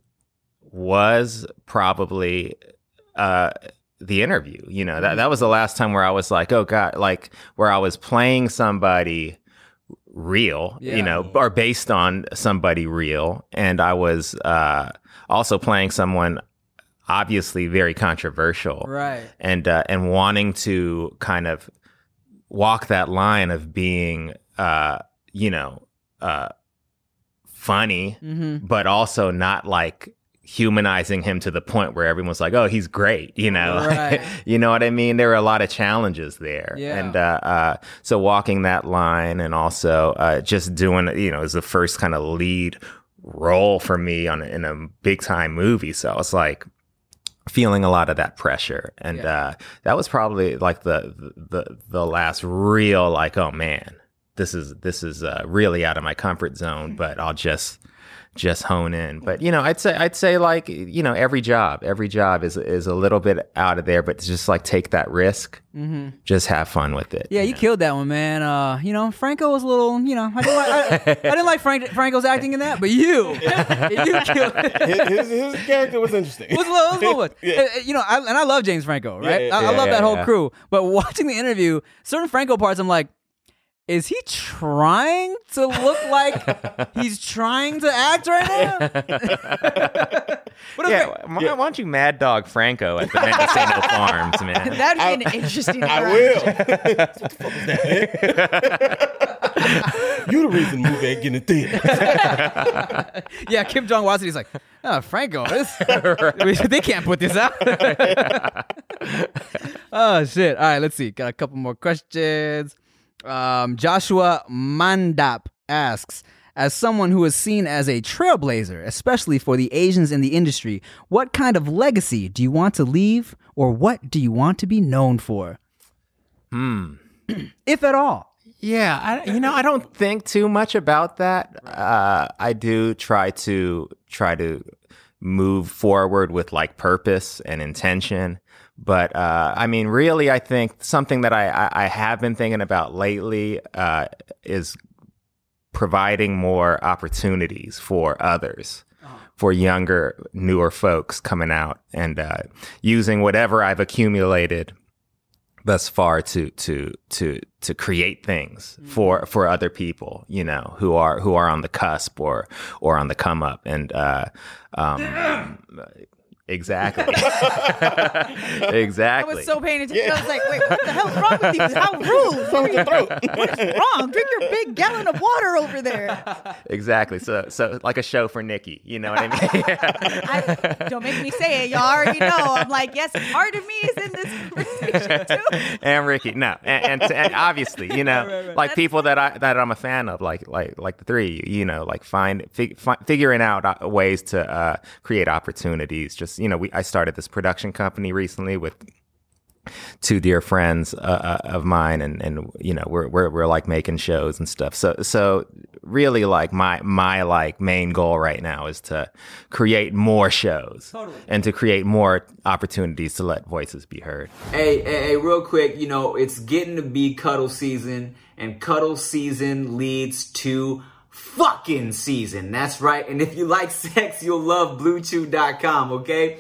Speaker 4: was probably uh, the interview. You know, that, that was the last time where I was like, oh God, like where I was playing somebody real,
Speaker 1: Yeah.
Speaker 4: you know, or based on somebody real. And I was uh, also playing someone obviously very controversial
Speaker 1: right.
Speaker 4: and uh, and wanting to kind of walk that line of being uh, you know uh, funny
Speaker 1: Mm-hmm.
Speaker 4: but also not like humanizing him to the point where everyone's like oh he's great you know
Speaker 1: Right.
Speaker 4: you know what i mean there were a lot of challenges there
Speaker 1: Yeah.
Speaker 4: and uh, uh, so walking that line and also uh, just doing you know it was the first kind of lead role for me on in a big time movie so i was like feeling a lot of that pressure and
Speaker 1: Yeah.
Speaker 4: uh, that was probably like the the the last real like oh man this is this is uh, really out of my comfort
Speaker 1: Hmm.
Speaker 4: zone but i'll just just hone in but you know i'd say i'd say like you know every job every job is is a little bit out of there but just like take that risk
Speaker 1: Mm-hmm.
Speaker 4: just have fun with it
Speaker 1: Yeah, you killed that one, man. Uh, you know, Franco was a little, you know, I didn't like, I, I didn't like Frank, Franco's acting in that, but you, you killed it.
Speaker 2: his, his, his character was interesting.
Speaker 1: It was a little, it was a little much.
Speaker 2: Yeah.
Speaker 1: Uh, uh, You know, I, and I love James Franco, right?
Speaker 2: Yeah, yeah,
Speaker 1: I, I
Speaker 4: yeah,
Speaker 1: love
Speaker 4: yeah,
Speaker 1: that whole
Speaker 4: yeah.
Speaker 1: crew. But watching the interview, certain Franco parts, I'm like, is he trying to look like he's trying to act right now? what if
Speaker 4: yeah,
Speaker 1: Fra-
Speaker 4: why, why don't you mad dog franco at the mendocino farms man
Speaker 3: That'd be an interesting.
Speaker 2: I will. What the fuck was that? you the reason the movie ain't getting a theater.
Speaker 1: yeah, Kim Jong Wasit, he's like, oh, Franco, this, they can't put this out. oh, shit. All right, let's see. Got a couple more questions. Um, Joshua Mandap asks, as someone who is seen as a trailblazer, especially for the Asians in the industry, what kind of legacy do you want to leave or what do you want to be known for? Hmm. if at all.
Speaker 4: Yeah, I, you know, I don't think too much about that. Uh, I do try to try to move forward with like purpose and intention. But uh, I mean, really, I think something that I, I, I have been thinking about lately uh, is providing more opportunities for others, for younger, newer folks coming out and uh, using whatever I've accumulated thus far to to to to create things
Speaker 3: Mm-hmm.
Speaker 4: for for other people you know who are who are on the cusp or or on the come up and uh um exactly
Speaker 3: I
Speaker 4: exactly
Speaker 3: was so paying attention. I was like, wait, what the hell's wrong with you? How rude. What is wrong? Drink your big gallon of water over there.
Speaker 4: exactly so so like a show for nikki you know what i mean
Speaker 3: I, don't make me say it. Y'all already know. I'm like, yes, part of me is in this conversation too.
Speaker 4: and Ricky. No, and, and, and obviously, you know, like people that I that I'm a fan of, like like like the three, of you, you know, like find fig, fi- figuring out uh, ways to uh, create opportunities, just is, you know, we I started this production company recently with two dear friends uh, uh, of mine, and and you know, we're, we're we're like making shows and stuff. So so really, like my my like main goal right now is to create more shows and to create more opportunities to let voices be heard.
Speaker 5: Hey, hey, hey, real quick, you know, it's getting to be cuddle season, and cuddle season leads to fucking season. That's right. And if you like sex, you'll love BlueChew.com, okay?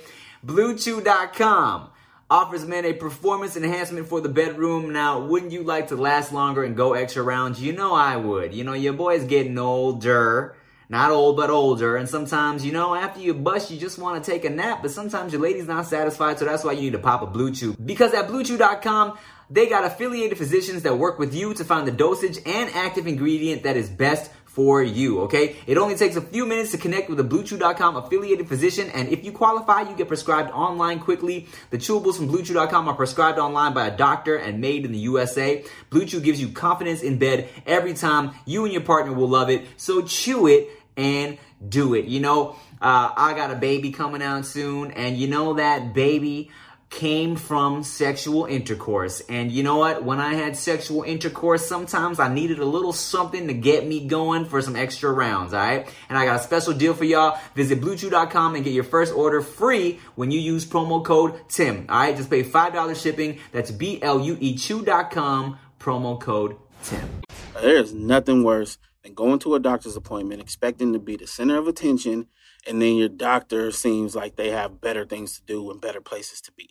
Speaker 5: BlueChew.com offers men a performance enhancement for the bedroom. Now, wouldn't you like to last longer and go extra rounds? You know I would. You know, your boy's getting older. Not old, but older. And sometimes, you know, after you bust, you just want to take a nap, but sometimes your lady's not satisfied, so that's why you need to pop a Blue Chew. Because at BlueChew.com, they got affiliated physicians that work with you to find the dosage and active ingredient that is best for you, okay? It only takes a few minutes to connect with a BlueChew.com affiliated physician, and if you qualify, you get prescribed online quickly. The chewables from BlueChew.com are prescribed online by a doctor and made in the USA. Blue Chew gives you confidence in bed every time. You and your partner will love it, so chew it and do it. You know, uh, I got a baby coming out soon, and you know that baby came from sexual intercourse. And you know what? When I had sexual intercourse, sometimes I needed a little something to get me going for some extra rounds, all right? And I got a special deal for y'all. Visit bluechew.com and get your first order free when you use promo code TIM, all right? Just pay $5 shipping. That's B L U E chew.com, promo code TIM.
Speaker 6: There's nothing worse than going to a doctor's appointment expecting to be the center of attention, and then your doctor seems like they have better things to do and better places to be.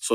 Speaker 6: So,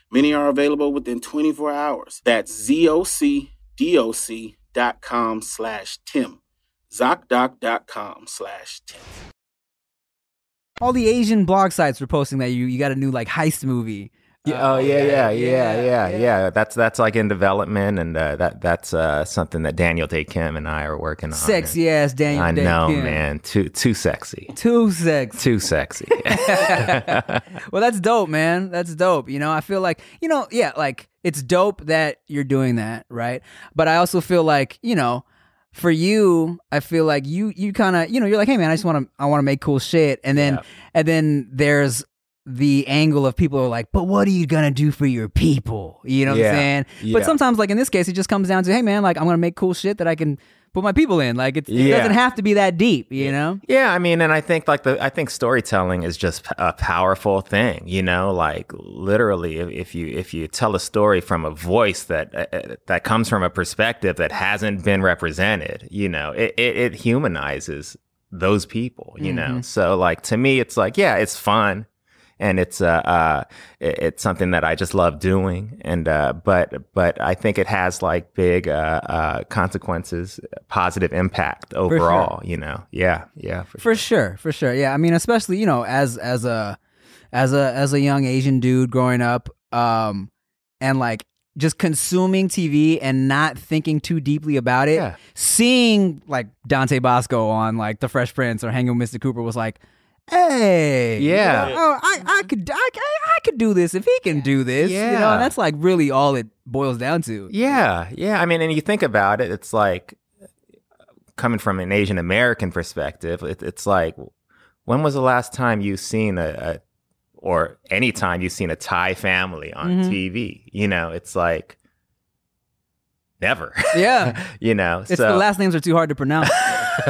Speaker 6: Many are available within 24 hours. That's ZocDoc.com slash Tim. ZocDoc.com slash Tim.
Speaker 1: All the Asian blog sites were posting that you you got a new like heist movie. Uh,
Speaker 4: Yeah, oh yeah, yeah, yeah, yeah, yeah, That's that's like in development, and uh, that that's uh, something that Daniel Day Kim and I are working on.
Speaker 1: Sexy ass Daniel.
Speaker 4: I
Speaker 1: Day
Speaker 4: know,
Speaker 1: Kim.
Speaker 4: man. Too too sexy.
Speaker 1: Too sexy.
Speaker 4: Too sexy.
Speaker 1: well, that's dope, man. That's dope. You know, I feel like, you know, yeah, like it's dope that you're doing that, right? But I also feel like, you know, for you, I feel like you you kind of, you know, you're like, "Hey man, I just want to I want to make cool shit." And then and then there's the angle of people are like, "But what are you going to do for your people?" You know what
Speaker 4: Yeah.
Speaker 1: I'm saying? But
Speaker 4: Yeah.
Speaker 1: sometimes like in this case, it just comes down to, "Hey man, like I'm going to make cool shit that I can put my people in." Like it's, it
Speaker 4: Yeah.
Speaker 1: doesn't have to be that deep, you know?
Speaker 4: Yeah, I mean, and I think like the I think storytelling is just a powerful thing, you know. Like literally, if, if you if you tell a story from a voice that uh, uh, that comes from a perspective that hasn't been represented, you know, it it, it humanizes those people, you know. So like to me, it's like yeah, it's fun, and it's uh, uh it- it's something that I just love doing, and uh, but but I think it has like big uh, uh consequences, positive impact overall, you know. Yeah, yeah, for
Speaker 1: for sure for sure yeah i mean especially you know as as a as a as a young asian dude growing up um and like just consuming tv and not thinking too deeply about it
Speaker 4: Yeah.
Speaker 1: seeing like dante bosco on like the fresh prince or hanging with mr cooper was like hey you
Speaker 4: Yeah.
Speaker 1: know, oh, I, I could I, I I could do this if he can do this you know
Speaker 4: Yeah.
Speaker 1: and that's like really all it boils down to
Speaker 4: Yeah, yeah. I mean, and you think about it, it's like coming from an Asian American perspective, it, it's like when was the last time you seen a, a or any time you've seen a Thai family on
Speaker 1: Mhm.
Speaker 4: TV? You know, it's like never.
Speaker 1: yeah
Speaker 4: you know,
Speaker 1: it's
Speaker 4: so
Speaker 1: the last names are too hard to pronounce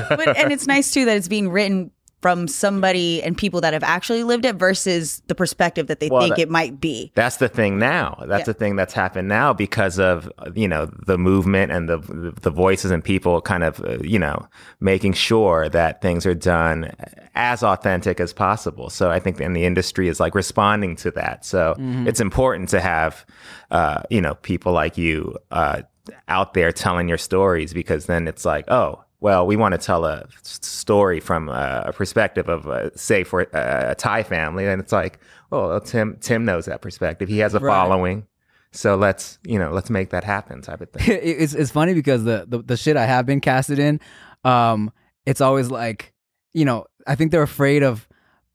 Speaker 3: but and it's nice too that it's being written from somebody and people that have actually lived it versus the perspective that they
Speaker 4: Well,
Speaker 3: think
Speaker 4: that-
Speaker 3: it might be.
Speaker 4: That's the thing now. That's
Speaker 3: Yeah.
Speaker 4: the thing that's happened now because of you know the movement and the the voices and people kind of uh, you know making sure that things are done as authentic as possible. So I think and the industry is like responding to that. So it's important to have uh, you know people like you uh, out there telling your stories because then it's like oh. Well, we want to tell a s- story from uh, a perspective of, uh, say, for uh, a Thai family, and it's like, oh, well, Tim Tim knows that perspective. He has a
Speaker 1: Right.
Speaker 4: following. So let's, you know, let's make that happen type of thing.
Speaker 1: it- it's it's funny because the, the the shit I have been casted in, um, it's always like, you know, I think they're afraid of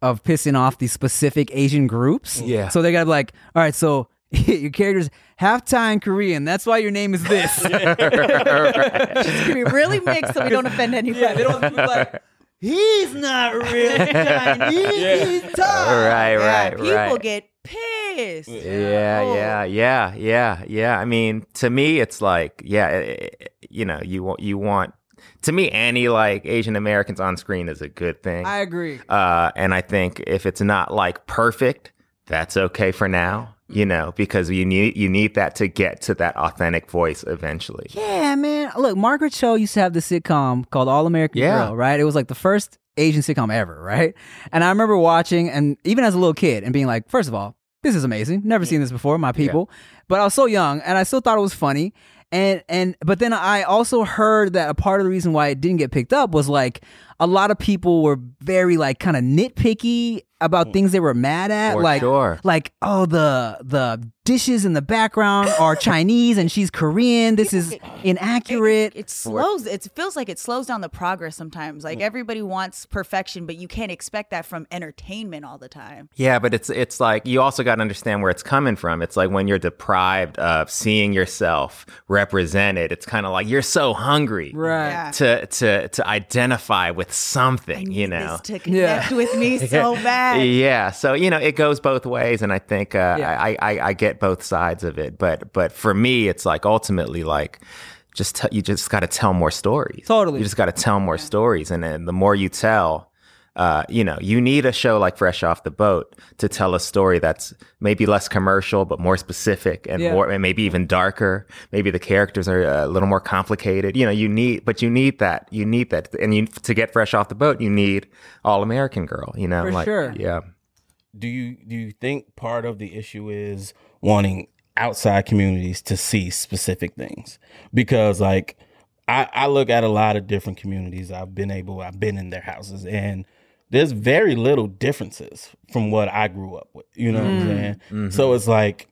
Speaker 1: of pissing off these specific Asian groups.
Speaker 4: Yeah.
Speaker 1: So they gotta be like, all right, so your character's half Thai and Korean. That's why your name is this.
Speaker 3: Just be really mixed so we don't offend anybody.
Speaker 1: yeah, they don't want people like. He's not real Chinese. He's Thai.
Speaker 4: right,
Speaker 3: Yeah,
Speaker 4: right,
Speaker 3: people
Speaker 4: right.
Speaker 3: get pissed.
Speaker 4: yeah,
Speaker 3: Oh.
Speaker 4: yeah, yeah, yeah, yeah. I mean, to me, it's like, yeah, i- i- you know, you want, you want. To me, any like Asian Americans on screen is a good thing.
Speaker 1: I agree.
Speaker 4: Uh, and I think if it's not like perfect, that's okay for now, you know, because you need you need that to get to that authentic voice eventually.
Speaker 1: Yeah, man. Look, Margaret Cho used to have this sitcom called All American
Speaker 4: Yeah.
Speaker 1: Girl, right? It was like the first Asian sitcom ever, right? And I remember watching and even as a little kid and being like, first of all, this is amazing. Never seen this before, my people. But I was so young and I still thought it was funny. And and but then I also heard that a part of the reason why it didn't get picked up was like a lot of people were very like kind of nitpicky about things they were mad at.
Speaker 4: Mm. For
Speaker 1: like
Speaker 4: sure.
Speaker 1: like oh the the dishes in the background are Chinese and she's Korean. This is inaccurate.
Speaker 3: It slows. It feels like it slows down the progress sometimes.
Speaker 4: Mm.
Speaker 3: Like everybody wants perfection, but you can't expect that from entertainment all the time.
Speaker 4: Yeah, but it's it's like you also got to understand where it's coming from. It's like when you're deprived of seeing yourself represented, it's kind of like you're so hungry
Speaker 1: Right.
Speaker 3: Yeah.
Speaker 4: to to to identify with
Speaker 3: I
Speaker 4: something,
Speaker 3: need
Speaker 4: you know.
Speaker 3: this to connect with me so bad.
Speaker 4: Yeah, so you know it goes both ways, and I think uh,
Speaker 1: Yeah.
Speaker 4: I, I I get both sides of it, but but for me, it's like ultimately like just t- you just got to tell more stories.
Speaker 1: Totally.
Speaker 4: you just got to tell more stories, and then the more you tell. Uh, you know, you need a show like Fresh Off the Boat to tell a story that's maybe less commercial, but more specific and
Speaker 1: Yeah.
Speaker 4: more, and maybe even darker. Maybe the characters are uh, a little more complicated. You know, you need, but you need that. You need that, and you to get Fresh Off the Boat, you need All American Girl. You know,
Speaker 1: For
Speaker 4: like,
Speaker 1: sure.
Speaker 4: yeah.
Speaker 2: do you do you think part of the issue is wanting outside communities to see specific things because like I, I look at a lot of different communities i've been able i've been in their houses and there's very little differences from what i grew up with you know what i'm saying
Speaker 4: Mm-hmm.
Speaker 2: so it's like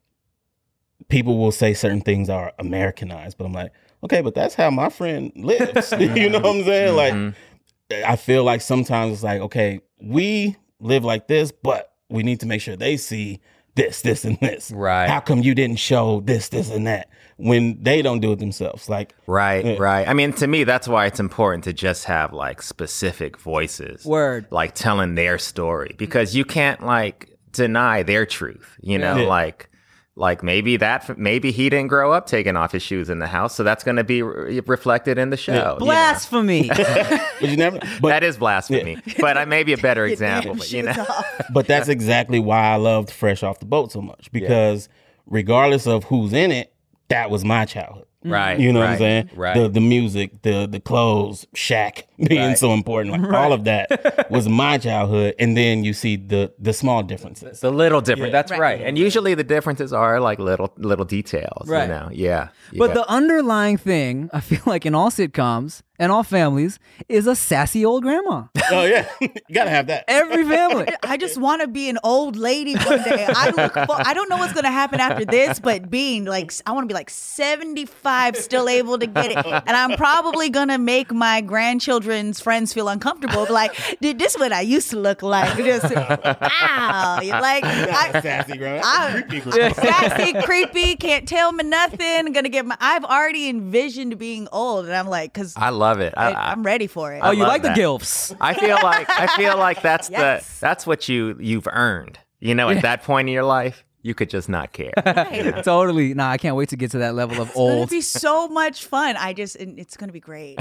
Speaker 2: people will say certain things are americanized but i'm like okay but that's how my friend lives you know what i'm saying like
Speaker 4: Mm-hmm.
Speaker 2: I feel like sometimes it's like, okay, we live like this, but we need to make sure they see this, this, and this.
Speaker 4: Right.
Speaker 2: How come you didn't show this, this, and that when they don't do it themselves? Like,
Speaker 4: Right,
Speaker 2: Yeah.
Speaker 4: right. I mean, to me, that's why it's important to just have like specific voices,
Speaker 1: Word.
Speaker 4: like telling their story, because you can't like deny their truth. You know,
Speaker 2: Yeah.
Speaker 4: like like maybe that maybe he didn't grow up taking off his shoes in the house, so that's going to be re- reflected in the show. you know?
Speaker 1: Blasphemy.
Speaker 2: but you never. But
Speaker 4: that is blasphemy, but I may be a better example. But, you
Speaker 3: Shoots
Speaker 4: know,
Speaker 3: off.
Speaker 2: but that's exactly why I loved Fresh Off the Boat so much because regardless of who's in it, that was my childhood.
Speaker 4: right?
Speaker 2: You know what I'm
Speaker 4: right,
Speaker 2: saying?
Speaker 4: Right.
Speaker 2: The the music, the the clothes, Shaq being so important, like all of that was my childhood. And then you see the the small differences.
Speaker 4: the little different. That's
Speaker 3: Right.
Speaker 4: right. And usually the differences are like little little details.
Speaker 1: Right.
Speaker 4: You know, yeah. You
Speaker 1: But
Speaker 4: got-
Speaker 1: the underlying thing, I feel like in all sitcoms and all families, is a sassy old grandma.
Speaker 2: Oh yeah, you gotta have that.
Speaker 1: Every family.
Speaker 3: I just want to be an old lady one day. I look. For, I don't know what's going to happen after this, but being like, I want to be like seventy five, still able to get it, and I'm probably going to make my grandchildren's friends feel uncomfortable. Like, dude, this is what I used to look like. Just wow, You're like I,
Speaker 2: Sassy girl.
Speaker 3: I- sassy, creepy, can't tell me nothing. Gonna get my. I've already envisioned being old, and I'm like, because
Speaker 4: I love it. I, I,
Speaker 3: I'm ready for it.
Speaker 1: oh, you
Speaker 4: love
Speaker 1: like
Speaker 4: that.
Speaker 1: the gilfs.
Speaker 4: I feel like I feel like that's
Speaker 3: Yes.
Speaker 4: the that's what you you've earned. You know, at that point in your life, you could just not care. Uh,
Speaker 3: Right.
Speaker 1: totally. Nah, I can't wait to get to that level of
Speaker 3: It's gonna
Speaker 1: old.
Speaker 3: be so much fun. I just, and it's gonna be great.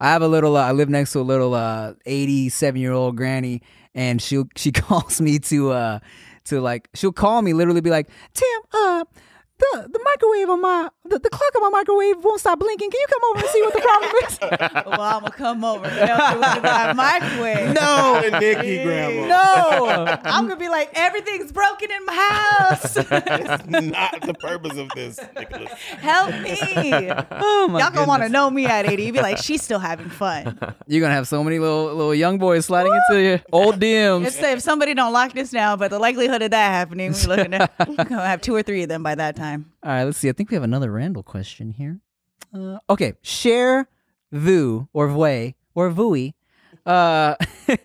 Speaker 1: I have a little. Uh, I live next to a little uh, eighty-seven-year-old granny, and she will she calls me to uh to like she'll call me literally be like Tim uh. The, the microwave on my the, the clock on my microwave won't stop blinking. Can you come over and see what the problem is?
Speaker 3: well, I'm gonna come over and help you with that microwave.
Speaker 2: Oh,
Speaker 1: no,
Speaker 2: Nikki grandma.
Speaker 1: no.
Speaker 3: I'm gonna be like, everything's broken in my house.
Speaker 2: That's not the purpose of this, Nicholas.
Speaker 3: help me.
Speaker 1: Oh my
Speaker 3: Y'all gonna want to
Speaker 1: goodness.
Speaker 3: know me at 80. You'd be like, she's still having fun.
Speaker 1: You're gonna have so many little little young boys sliding into your old DMs.
Speaker 3: If, if somebody don't lock this down, but the likelihood of that happening, we're looking at we're gonna have two or three of them by that time.
Speaker 1: All right, let's see. I think we have another Randall question here. Uh, okay, share vu or vue or vui. Uh,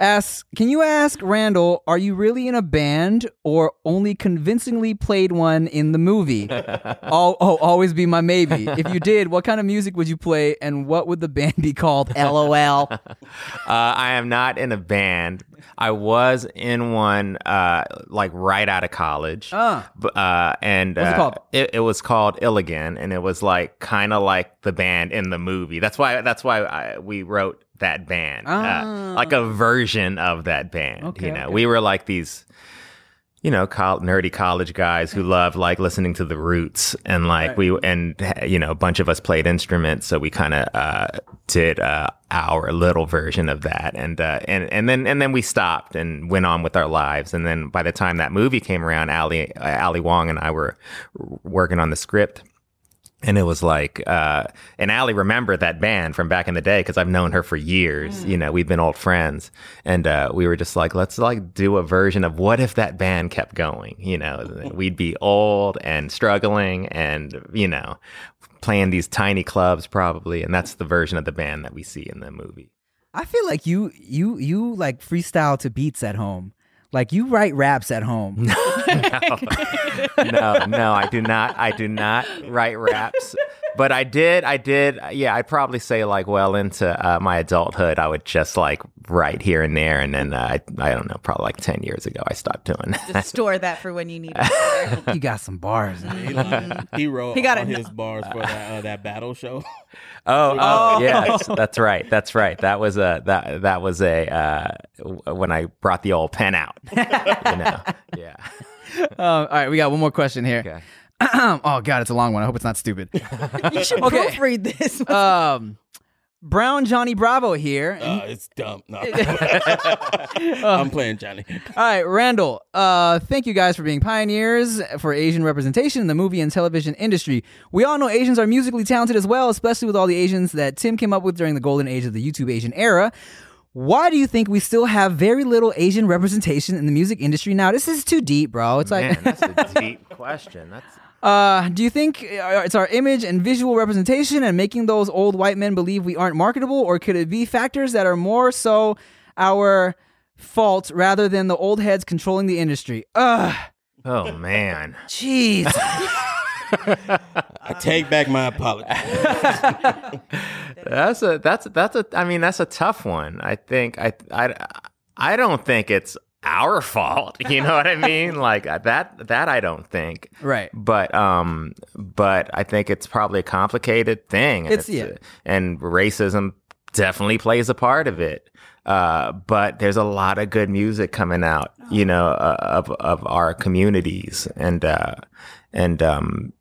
Speaker 1: asks, can you ask Randall, are you really in a band or only convincingly played one in the movie? All, oh, always be my maybe. If you did, what kind of music would you play and what would the band be called? LOL.
Speaker 4: Uh, I am not in a band. I was in one uh, like right out of college.
Speaker 1: Uh.
Speaker 4: B- uh, and
Speaker 1: What's it
Speaker 4: uh,
Speaker 1: called?
Speaker 4: It, it was called Illigan, and it was like kind of like the band in the movie. That's why. That's why I, we wrote that band,
Speaker 1: Ah.
Speaker 4: uh, like a version of that band.
Speaker 1: Okay,
Speaker 4: you know,
Speaker 1: okay.
Speaker 4: we were like these. You know, col- nerdy college guys who loved like listening to the Roots, and like we and you know a bunch of us played instruments, so we kind of uh, did uh, our little version of that, and uh, and and then and then we stopped and went on with our lives, and then by the time that movie came around, Ali uh, Ali Wong and I were working on the script. And it was like, uh, and Allie remembered that band from back in the day because I've known her for years. You know, we've been old friends, and uh, we were just like, let's like do a version of what if that band kept going? You know, we'd be old and struggling, and you know, playing these tiny clubs probably, and that's the version of the band that we see in the movie.
Speaker 1: I feel like you you you like freestyle to beats at home. Like you write raps at home.
Speaker 4: no, no, I do not. I do not write raps. But I did, I did, yeah, I'd probably say like well into uh, my adulthood, I would just like write here and there. And then uh, I, I don't know, probably like 10 years ago, I stopped doing that.
Speaker 3: Just store that for when you need it.
Speaker 1: you got some bars.
Speaker 2: He, lied. he wrote
Speaker 3: He got
Speaker 2: all
Speaker 3: a-
Speaker 2: his bars for that, uh, that battle show.
Speaker 4: Oh, oh, yes, that's right. That's right. That was a, that, that was a, uh, w- when I brought the old pen out. you know, yeah.
Speaker 1: Um, all right, we got one more question here.
Speaker 4: Okay.
Speaker 1: oh god, it's a long one. I hope it's not stupid.
Speaker 3: you should
Speaker 1: Okay.
Speaker 3: proofread this.
Speaker 1: um, Brown Johnny Bravo here.
Speaker 2: Uh, it's dumb. No, I'm playing Johnny.
Speaker 1: All right, Randall. Uh, thank you guys for being pioneers for Asian representation in the movie and television industry. We all know Asians are musically talented as well, especially with all the Asians that Tim came up with during the golden age of the YouTube Asian era. Why do you think we still have very little Asian representation in the music industry now? This is too deep, bro. It's like
Speaker 4: Man, that's a deep question. That's,
Speaker 1: Uh, do you think uh, it's our image and visual representation and making those old white men believe we aren't marketable, or could it be factors that are more so our fault rather than the old heads controlling the industry? Ugh,
Speaker 4: oh man.
Speaker 1: jeez.
Speaker 2: I take back my apology.
Speaker 4: That's a that's that's a I mean that's a tough one. I think I I I don't think it's our fault. You know what I mean? Like that that I don't think.
Speaker 1: Right.
Speaker 4: But um but I think it's probably a complicated thing. and uh,
Speaker 1: It's- yeah.
Speaker 4: and racism definitely plays a part of it. Uh, but there's a lot of good music coming out,
Speaker 1: Oh.
Speaker 4: you know, uh, of of our communities, and uh, and um,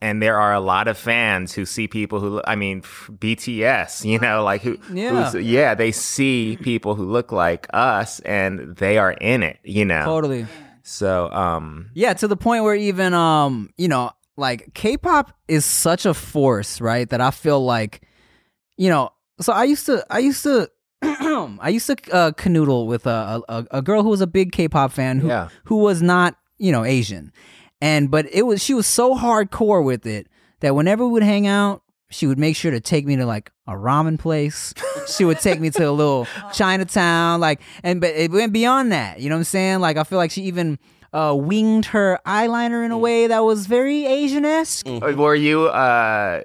Speaker 4: and there are a lot of fans who see people who, I mean, f- BTS, you know, like who,
Speaker 1: Yeah.
Speaker 4: who's, yeah, they see people who look like us, and they are in it, you know.
Speaker 1: Totally.
Speaker 4: So, um,
Speaker 1: Yeah, to the point where even um, you know, like K-pop is such a force, right? That I feel like, you know, so I used to, I used to, I used to uh, canoodle with a, a a girl who was a big K-pop fan who
Speaker 4: Yeah.
Speaker 1: who was not, you know, Asian, and but it was she was so hardcore with it that whenever we would hang out. She would make sure to take me to like a ramen place. she would take me to a little Chinatown, like, and but it went beyond that. You know what I'm saying? Like, I feel like she even uh, winged her eyeliner in a way that was very Asian esque.
Speaker 4: were you uh,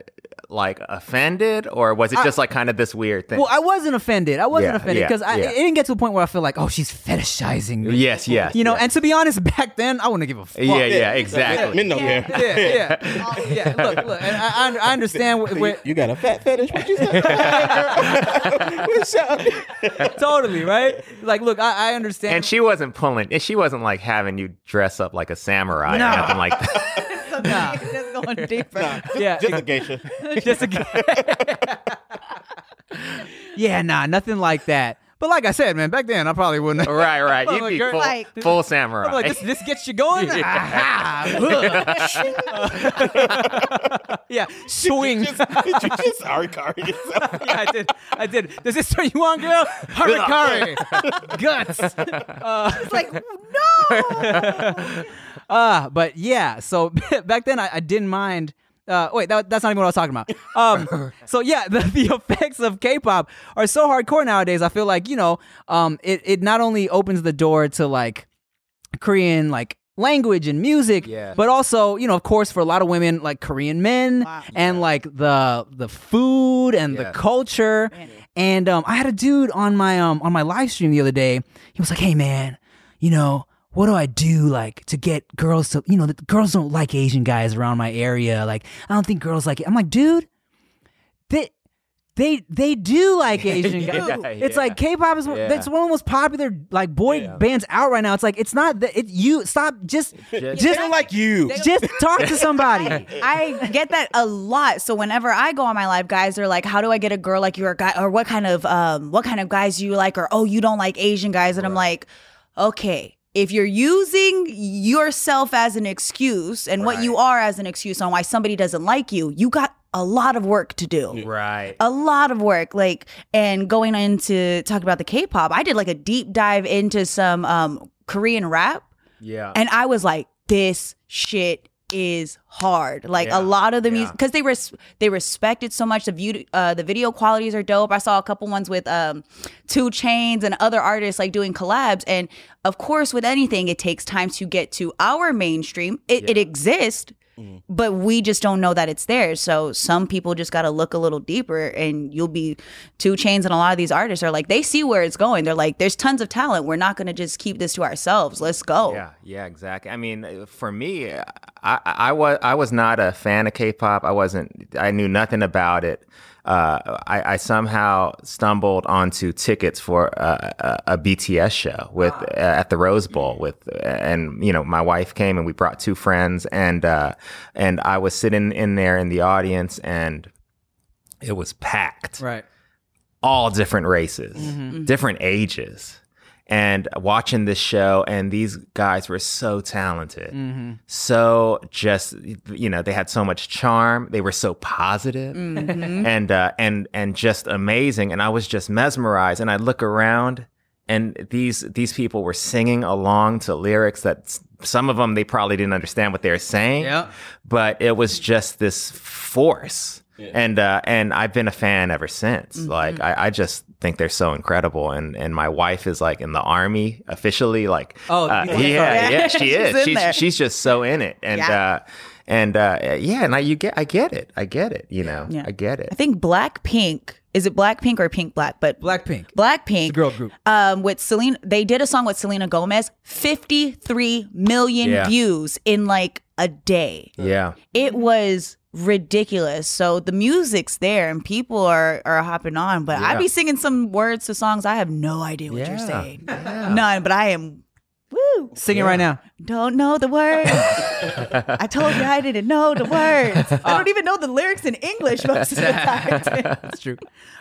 Speaker 4: like offended, or was it just like kind of this weird thing?
Speaker 1: Well, I wasn't offended. I wasn't
Speaker 4: Yeah,
Speaker 1: offended
Speaker 4: yeah,
Speaker 1: because
Speaker 4: yeah.
Speaker 1: it didn't get to a point where I feel like, oh, she's fetishizing me.
Speaker 4: yes, yes,
Speaker 1: You know,
Speaker 4: yes.
Speaker 1: and to be honest, back then I wouldn't give a fuck.
Speaker 4: yeah, yeah, exactly.
Speaker 2: Men don't care.
Speaker 1: yeah, yeah. yeah. Look, look, and I, I- I understand where, where
Speaker 2: You got a fat fetish? What you said? What's up?
Speaker 1: totally right. Like, look, I, I understand.
Speaker 4: And she wasn't pulling. and She wasn't like having you dress up like a samurai
Speaker 1: No.
Speaker 4: or nothing like that.
Speaker 1: Nah.
Speaker 3: Just going deeper.
Speaker 1: yeah,
Speaker 2: Just a geisha.
Speaker 1: just again. yeah, nah, nothing like that. But like I said, man, back then I probably wouldn't. have-
Speaker 4: right, right.
Speaker 1: Oh,
Speaker 4: You'd be
Speaker 1: girl,
Speaker 4: full,
Speaker 3: like-
Speaker 4: full samurai.
Speaker 1: I'm like this, this gets you going. Ah, Aha. yeah, swing.
Speaker 2: Just, you just Arikari yourself.
Speaker 1: Yeah, I did. I did. Does this turn you on, girl? Hurricane guts.
Speaker 3: It's like, no.
Speaker 1: Uh, but yeah, so back then I, I didn't mind. Uh, wait, that, that's not even what I was talking about. Um, so yeah, the, the effects of K-pop are so hardcore nowadays. I feel like you know, um, it it not only opens the door to like Korean like language and music,
Speaker 4: Yeah.
Speaker 1: but also you know, of course, for a lot of women, like Korean men and like the the food and
Speaker 4: Yeah.
Speaker 1: the culture. And um, I had a dude on my um on my live stream the other day. He was like, "Hey man, you know." What do I do like to get girls to you know the girls don't like Asian guys around my area like I don't think girls like it. I'm like dude they they they do like Asian guys.
Speaker 4: Yeah,
Speaker 1: It's
Speaker 4: yeah.
Speaker 1: like K-pop is one,
Speaker 4: Yeah.
Speaker 1: that's one of the most popular like boy bands out right now. It's like it's not that it you stop just
Speaker 4: Just-
Speaker 1: just
Speaker 2: don't like you.
Speaker 1: just talk to somebody.
Speaker 3: I, I get that a lot. So whenever I go on my live, guys are like, "How do I get a girl like you or a guy or what kind of um what kind of guys do you like or oh you don't like Asian guys?" And I'm like, "Okay." If you're using yourself as an excuse and what you are as an excuse on why somebody doesn't like you, you got a lot of work to do
Speaker 4: right.
Speaker 3: a lot of work like and going into talk about the k-pop i did like a deep dive into some um korean rap
Speaker 4: Yeah.
Speaker 3: and i was like this shit is hard like
Speaker 4: Yeah.
Speaker 3: a lot of the music
Speaker 4: Yeah.
Speaker 3: because they res- they respected so much the view uh the video qualities are dope i saw a couple ones with um two chains and other artists like doing collabs and of course with anything it takes time to get to our mainstream it, it exists
Speaker 4: Mm-hmm.
Speaker 3: but we just don't know that it's there. So some people just got to look a little deeper, and you'll be two chains. And a lot of these artists are like, they see where it's going. They're like, there's tons of talent. We're not going to just keep this to ourselves. Let's go.
Speaker 4: Yeah, yeah, exactly. I mean, uh, for me, I, I, I was I was not a fan of K-pop. I wasn't. I knew nothing about it. Uh, I, I somehow stumbled onto tickets for uh, a, a BTS show with uh, at the Rose Bowl with, and you know, my wife came and we brought two friends and uh, and I was sitting in there in the audience and it was packed
Speaker 1: Right.
Speaker 4: all different races, different ages, and watching this show. And these guys were so talented, so just you know, they had so much charm. They were so positive and uh, and and just amazing. And I was just mesmerized. And I look around. And these these people were singing along to lyrics that s- some of them they probably didn't understand what they were saying,
Speaker 1: Yeah.
Speaker 4: but it was just this force. And uh, and I've been a fan ever since. Like I, I just think they're so incredible. And and my wife is like in the army officially. Like
Speaker 1: Oh,
Speaker 4: uh,
Speaker 1: you
Speaker 4: yeah,
Speaker 1: think so?
Speaker 4: yeah, she
Speaker 3: She's
Speaker 4: is.
Speaker 3: in
Speaker 4: She's
Speaker 3: there.
Speaker 4: she's just so in it. And
Speaker 3: Yeah.
Speaker 4: uh, and uh, yeah, and I you get I get it. I get it. You know,
Speaker 3: Yeah.
Speaker 4: I get it.
Speaker 3: I think Blackpink is it Blackpink or Pink Black? But
Speaker 1: Blackpink.
Speaker 3: Blackpink
Speaker 1: girl group.
Speaker 3: Um, with Selena, they did a song with Selena Gomez, fifty three million
Speaker 4: Yeah.
Speaker 3: views in like a day.
Speaker 4: yeah,
Speaker 3: it was ridiculous. So the music's there and people are are hopping on, but I
Speaker 4: Yeah.
Speaker 3: be singing some words to songs I have no idea what you're
Speaker 4: Yeah.
Speaker 3: saying.
Speaker 4: Yeah.
Speaker 3: None, but I am woo.
Speaker 1: Sing it right now.
Speaker 3: Don't know the words. I told you I didn't know the words.
Speaker 4: Uh,
Speaker 3: I don't even know the lyrics in English most of the time.
Speaker 1: That's true.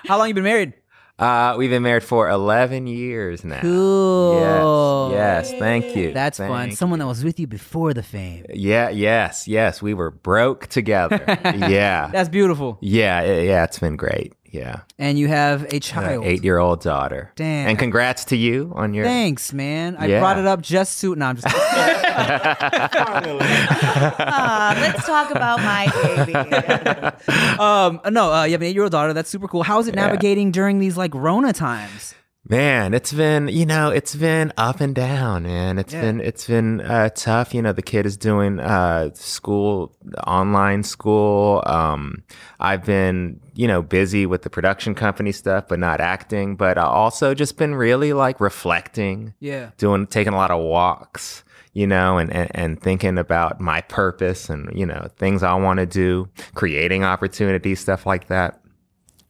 Speaker 1: How long you been married?
Speaker 4: uh, we've been married for eleven years now.
Speaker 1: Cool.
Speaker 4: Yes, yes. Thank you.
Speaker 1: That's fun.
Speaker 4: Thank
Speaker 1: Someone that was with you before the fame.
Speaker 4: Yeah. Yes. Yes. We were broke together. yeah.
Speaker 1: That's beautiful.
Speaker 4: Yeah. it- Yeah. It's been great. Yeah.
Speaker 1: And you have a child.
Speaker 4: Eight year old daughter.
Speaker 1: Damn.
Speaker 4: And congrats to you on your.
Speaker 1: Thanks, man. I
Speaker 4: Yeah.
Speaker 1: brought it up just to. No, I'm just.
Speaker 3: Uh, let's talk about my baby.
Speaker 1: uh, Um, no, uh, you have an eight-year-old daughter. That's super cool. How is it navigating during these like Rona times?
Speaker 4: Man, it's been, you know, it's been up and down, man. It's been, it's been uh, tough. You know, the kid is doing uh, school, online school. Um, I've been, you know, busy with the production company stuff, but not acting. But I also just been really like reflecting,
Speaker 1: Yeah.
Speaker 4: doing, taking a lot of walks, you know, and, and, and thinking about my purpose and, you know, things I want to do, creating opportunities, stuff like that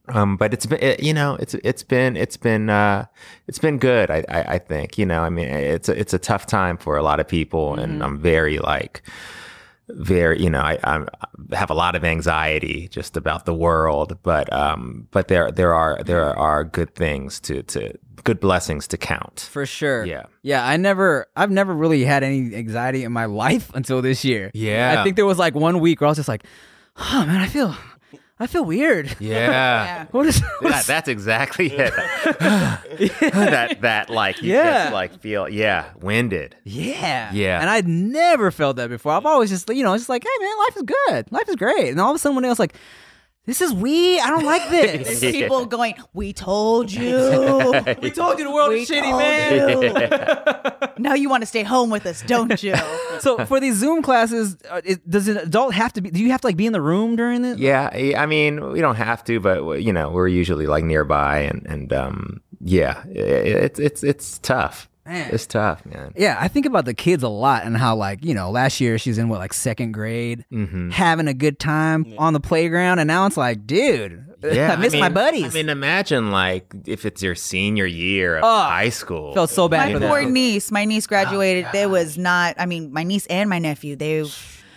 Speaker 4: um but it's been it, you know it's it's been it's been uh it's been good I, I i think you know i mean it's a, it's a tough time for a lot of people and i'm very like very you know I, I have a lot of anxiety just about the world but um but there there are there are good things to to good blessings to count
Speaker 1: For sure.
Speaker 4: Yeah.
Speaker 1: Yeah. I never, I've never really had any anxiety in my life until this year.
Speaker 4: Yeah.
Speaker 1: I think there was like one week where I was just like, oh, man, I feel, I feel weird.
Speaker 4: yeah,
Speaker 1: What is, what
Speaker 4: That,
Speaker 1: is
Speaker 4: that's exactly it. that that like you
Speaker 1: Yeah.
Speaker 4: just like feel yeah winded.
Speaker 1: Yeah.
Speaker 4: Yeah.
Speaker 1: And I'd never felt that before. I've always just, you know, just like, hey, man, life is good. Life is great. And all of a sudden, when I was like, this is weird. I don't like this.
Speaker 3: There's people going, "We told you,
Speaker 1: we told you the world
Speaker 3: we
Speaker 1: is shitty,
Speaker 3: told
Speaker 1: man.
Speaker 3: you." now you want to stay home with us, don't you?
Speaker 1: So for these Zoom classes, uh, it, does an adult have to be? Do you have to like be in the room during it?
Speaker 4: Yeah, I I mean, we don't have to, but you know, we're usually like nearby, and and um, yeah, it, it's it's it's tough.
Speaker 1: Man.
Speaker 4: It's tough, man.
Speaker 1: Yeah, I think about the kids a lot and how like you know last year she's in what like second grade,
Speaker 4: hmm
Speaker 1: having a good time on the playground, and now it's like, dude,
Speaker 4: Yeah,
Speaker 1: I miss
Speaker 4: mean-
Speaker 1: my buddies.
Speaker 4: I mean, uh, imagine like if it's your senior year of
Speaker 1: Oh,
Speaker 4: high school.
Speaker 1: felt so bad
Speaker 4: you
Speaker 1: for
Speaker 3: my
Speaker 4: know?
Speaker 1: them.
Speaker 3: poor niece. My niece graduated. There was not. I mean, my niece and my nephew. They
Speaker 4: Yeah.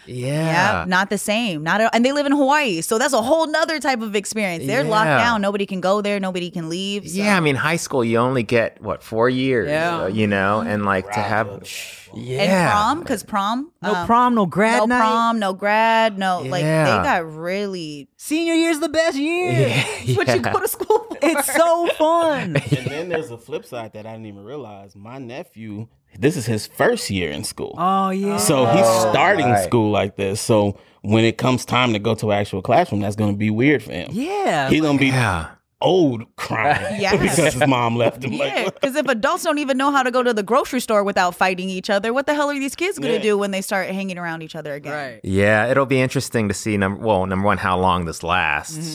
Speaker 3: Yeah, not the same. Not at, and they live in Hawaii, so that's a whole nother type of experience. They're locked
Speaker 4: Yeah.
Speaker 3: down. Nobody can go there. Nobody can leave. so-
Speaker 4: Yeah, I mean, high school you only get what four years,
Speaker 1: Yeah.
Speaker 4: uh, you know, and like to have, yeah,
Speaker 3: and prom because prom,
Speaker 1: no
Speaker 3: um,
Speaker 1: prom, no grad
Speaker 3: no
Speaker 1: night.
Speaker 3: prom, no grad, no like they
Speaker 4: Yeah.
Speaker 3: got really.
Speaker 1: Senior year's the best year.
Speaker 4: Yeah,
Speaker 3: What you go to school for?
Speaker 1: It's so fun.
Speaker 2: and then there's a flip side that I didn't even realize. My nephew, this is his first year in school.
Speaker 1: oh yeah.
Speaker 2: So he's starting
Speaker 4: right.
Speaker 2: school like this. So when it comes time to go to an actual classroom, that's going to be weird for him.
Speaker 1: yeah.
Speaker 2: He's going to be
Speaker 4: yeah.
Speaker 2: old crying
Speaker 3: Yes.
Speaker 2: because his mom left him. Like,
Speaker 3: Yeah, because if adults don't even know how to go to the grocery store without fighting each other, what the hell are these kids gonna
Speaker 2: Yeah.
Speaker 3: do when they start hanging around each other again?
Speaker 1: right.
Speaker 4: Yeah, it'll be interesting to see number well, number one, how long this
Speaker 1: Mm-hmm.
Speaker 4: lasts,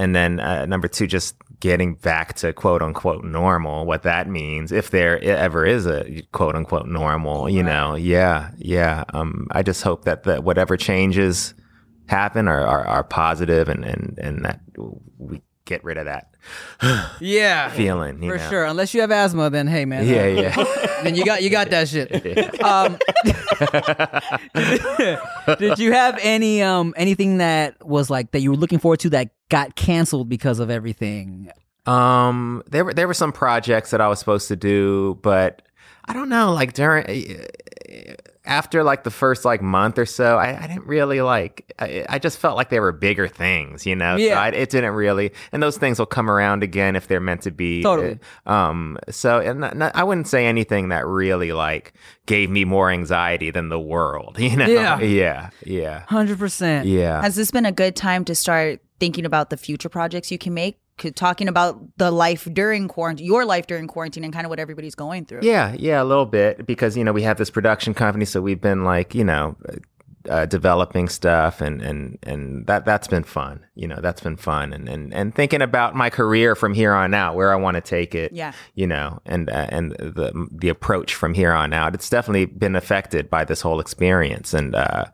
Speaker 4: and then uh, number two, just getting back to quote unquote normal, what that means, if there i- ever is a quote unquote normal, you know? Yeah, yeah. Um, I just hope that that whatever changes happen are are, are positive, and and and that we get rid of that
Speaker 1: Yeah.
Speaker 4: feeling. You
Speaker 1: For
Speaker 4: know?
Speaker 1: sure. Unless you have asthma, then hey man.
Speaker 4: Yeah,
Speaker 1: uh,
Speaker 4: yeah.
Speaker 1: Then you got you got that shit. Um, did you have any um anything that was like that you were looking forward to that got canceled because of everything?
Speaker 4: Um, there were there were some projects that I was supposed to do, but I don't know. Like during eh, after like the first like month or so, I, I didn't really like. I, I just felt like there were bigger things, you know. So
Speaker 1: Yeah.
Speaker 4: I, it didn't really, and those things will come around again if they're meant to be. eh,
Speaker 1: Totally.
Speaker 4: Um. So, and not, not- I wouldn't say anything that really like gave me more anxiety than the world, you know.
Speaker 1: Yeah.
Speaker 4: Yeah. Yeah.
Speaker 1: Hundred percent.
Speaker 4: Yeah.
Speaker 3: Has this been a good time to start thinking about the future projects you can make? 'Cause Talking about the life during quarantine, your life during quarantine, and kind of what everybody's going through.
Speaker 4: Yeah, yeah, a little bit because you know we have this production company, so we've been like you know uh, developing stuff and and and that that's been fun. You know, that's been fun and and and thinking about my career from here on out, where I want to take it.
Speaker 3: Yeah.
Speaker 4: you know, and uh, and the the approach from here on out. It's definitely been affected by this whole experience, and uh,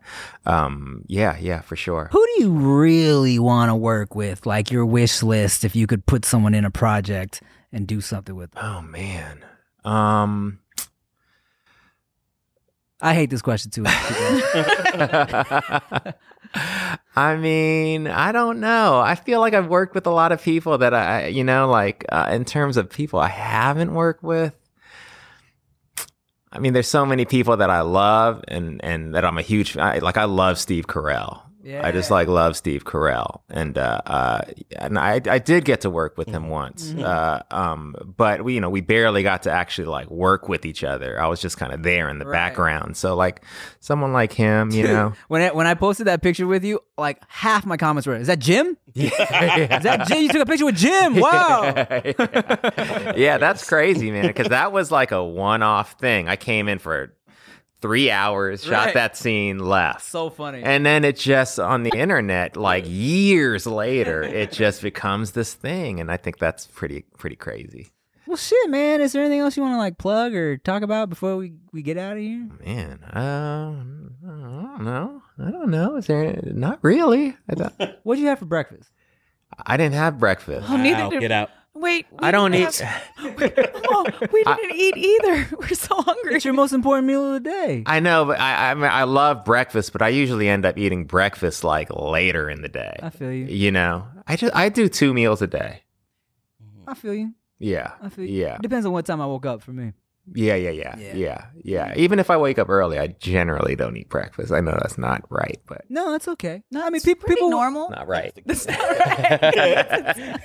Speaker 4: um, yeah, yeah, for sure.
Speaker 1: Who do you really want to work with? Like your wish list, if you could put someone in a project and do something with. Them.
Speaker 4: Oh man. Um,
Speaker 1: I hate this question too.
Speaker 4: I mean, I don't know. I feel like I've worked with a lot of people that I, you know, like uh, in terms of people I haven't worked with. I mean, there's so many people that I love and and that I'm a huge I, like. I love Steve Carell.
Speaker 1: Yeah.
Speaker 4: I just like love Steve Carell, and uh, uh, and I I did get to work with
Speaker 1: Mm-hmm.
Speaker 4: him once, uh, um, but we you know we barely got to actually like work with each other. I was just kind of there in the
Speaker 1: Right.
Speaker 4: background. So like someone like him, you know,
Speaker 1: when I, when I posted that picture with you, like half my comments were, "Is that Jim? Is that Jim? You took a picture with Jim? Wow!"
Speaker 4: yeah, that's crazy, man. Because that was like a one-off thing. I came in for three hours, shot
Speaker 1: Right.
Speaker 4: that scene, left.
Speaker 1: so funny.
Speaker 4: And then it just on the internet, like years later, it just becomes this thing, and I think that's pretty pretty crazy.
Speaker 1: well, shit, man. Is there anything else you want to like plug or talk about before we we get out of here?
Speaker 4: Man, um, I don't know. I don't know. Is there not really? I, don't-
Speaker 1: What'd you have for breakfast?
Speaker 4: I didn't have breakfast.
Speaker 3: Oh, neither
Speaker 2: Wow,
Speaker 3: did-
Speaker 2: get out.
Speaker 3: Wait, we
Speaker 7: I don't
Speaker 3: didn't
Speaker 7: eat.
Speaker 3: have- oh, we didn't eat either. We're so hungry.
Speaker 1: It's your most important meal of the day.
Speaker 4: I know, but I I, mean, I love breakfast, but I usually end up eating breakfast like later in the day.
Speaker 1: I feel you.
Speaker 4: You know, I just I do two meals a day.
Speaker 1: I feel you.
Speaker 4: Yeah,
Speaker 1: I feel you.
Speaker 4: yeah,
Speaker 1: Depends on what time I woke up for me.
Speaker 4: yeah, yeah, yeah,
Speaker 1: Yeah.
Speaker 4: yeah, yeah. Even if I wake up early, I generally don't eat breakfast. I know that's not right, but
Speaker 1: No, that's okay. No, I mean
Speaker 3: It's
Speaker 1: people
Speaker 3: pretty
Speaker 1: people
Speaker 3: normal.
Speaker 4: not right.
Speaker 3: That's not right.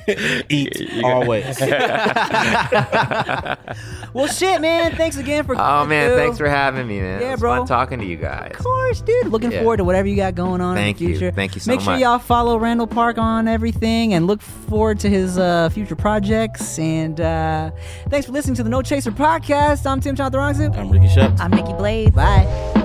Speaker 2: Eat always.
Speaker 1: Well, shit, man. Thanks again for.
Speaker 4: Oh man,
Speaker 1: Dude.
Speaker 4: thanks for having me, man.
Speaker 1: Yeah,
Speaker 4: it was
Speaker 1: bro.
Speaker 4: Fun talking to you guys.
Speaker 1: Of course, dude. Looking
Speaker 4: Yeah.
Speaker 1: forward to whatever you got going on
Speaker 4: Thank
Speaker 1: in the
Speaker 4: you.
Speaker 1: future.
Speaker 4: Thank you so
Speaker 1: Make sure
Speaker 4: much.
Speaker 1: y'all follow Randall Park on everything and look forward to his uh, future projects. And uh, thanks for listening to the No Chaser podcast. I'm Tim Chantharongsu.
Speaker 2: I'm Ricky Shucks.
Speaker 3: I'm Nikki Blades.
Speaker 1: Bye.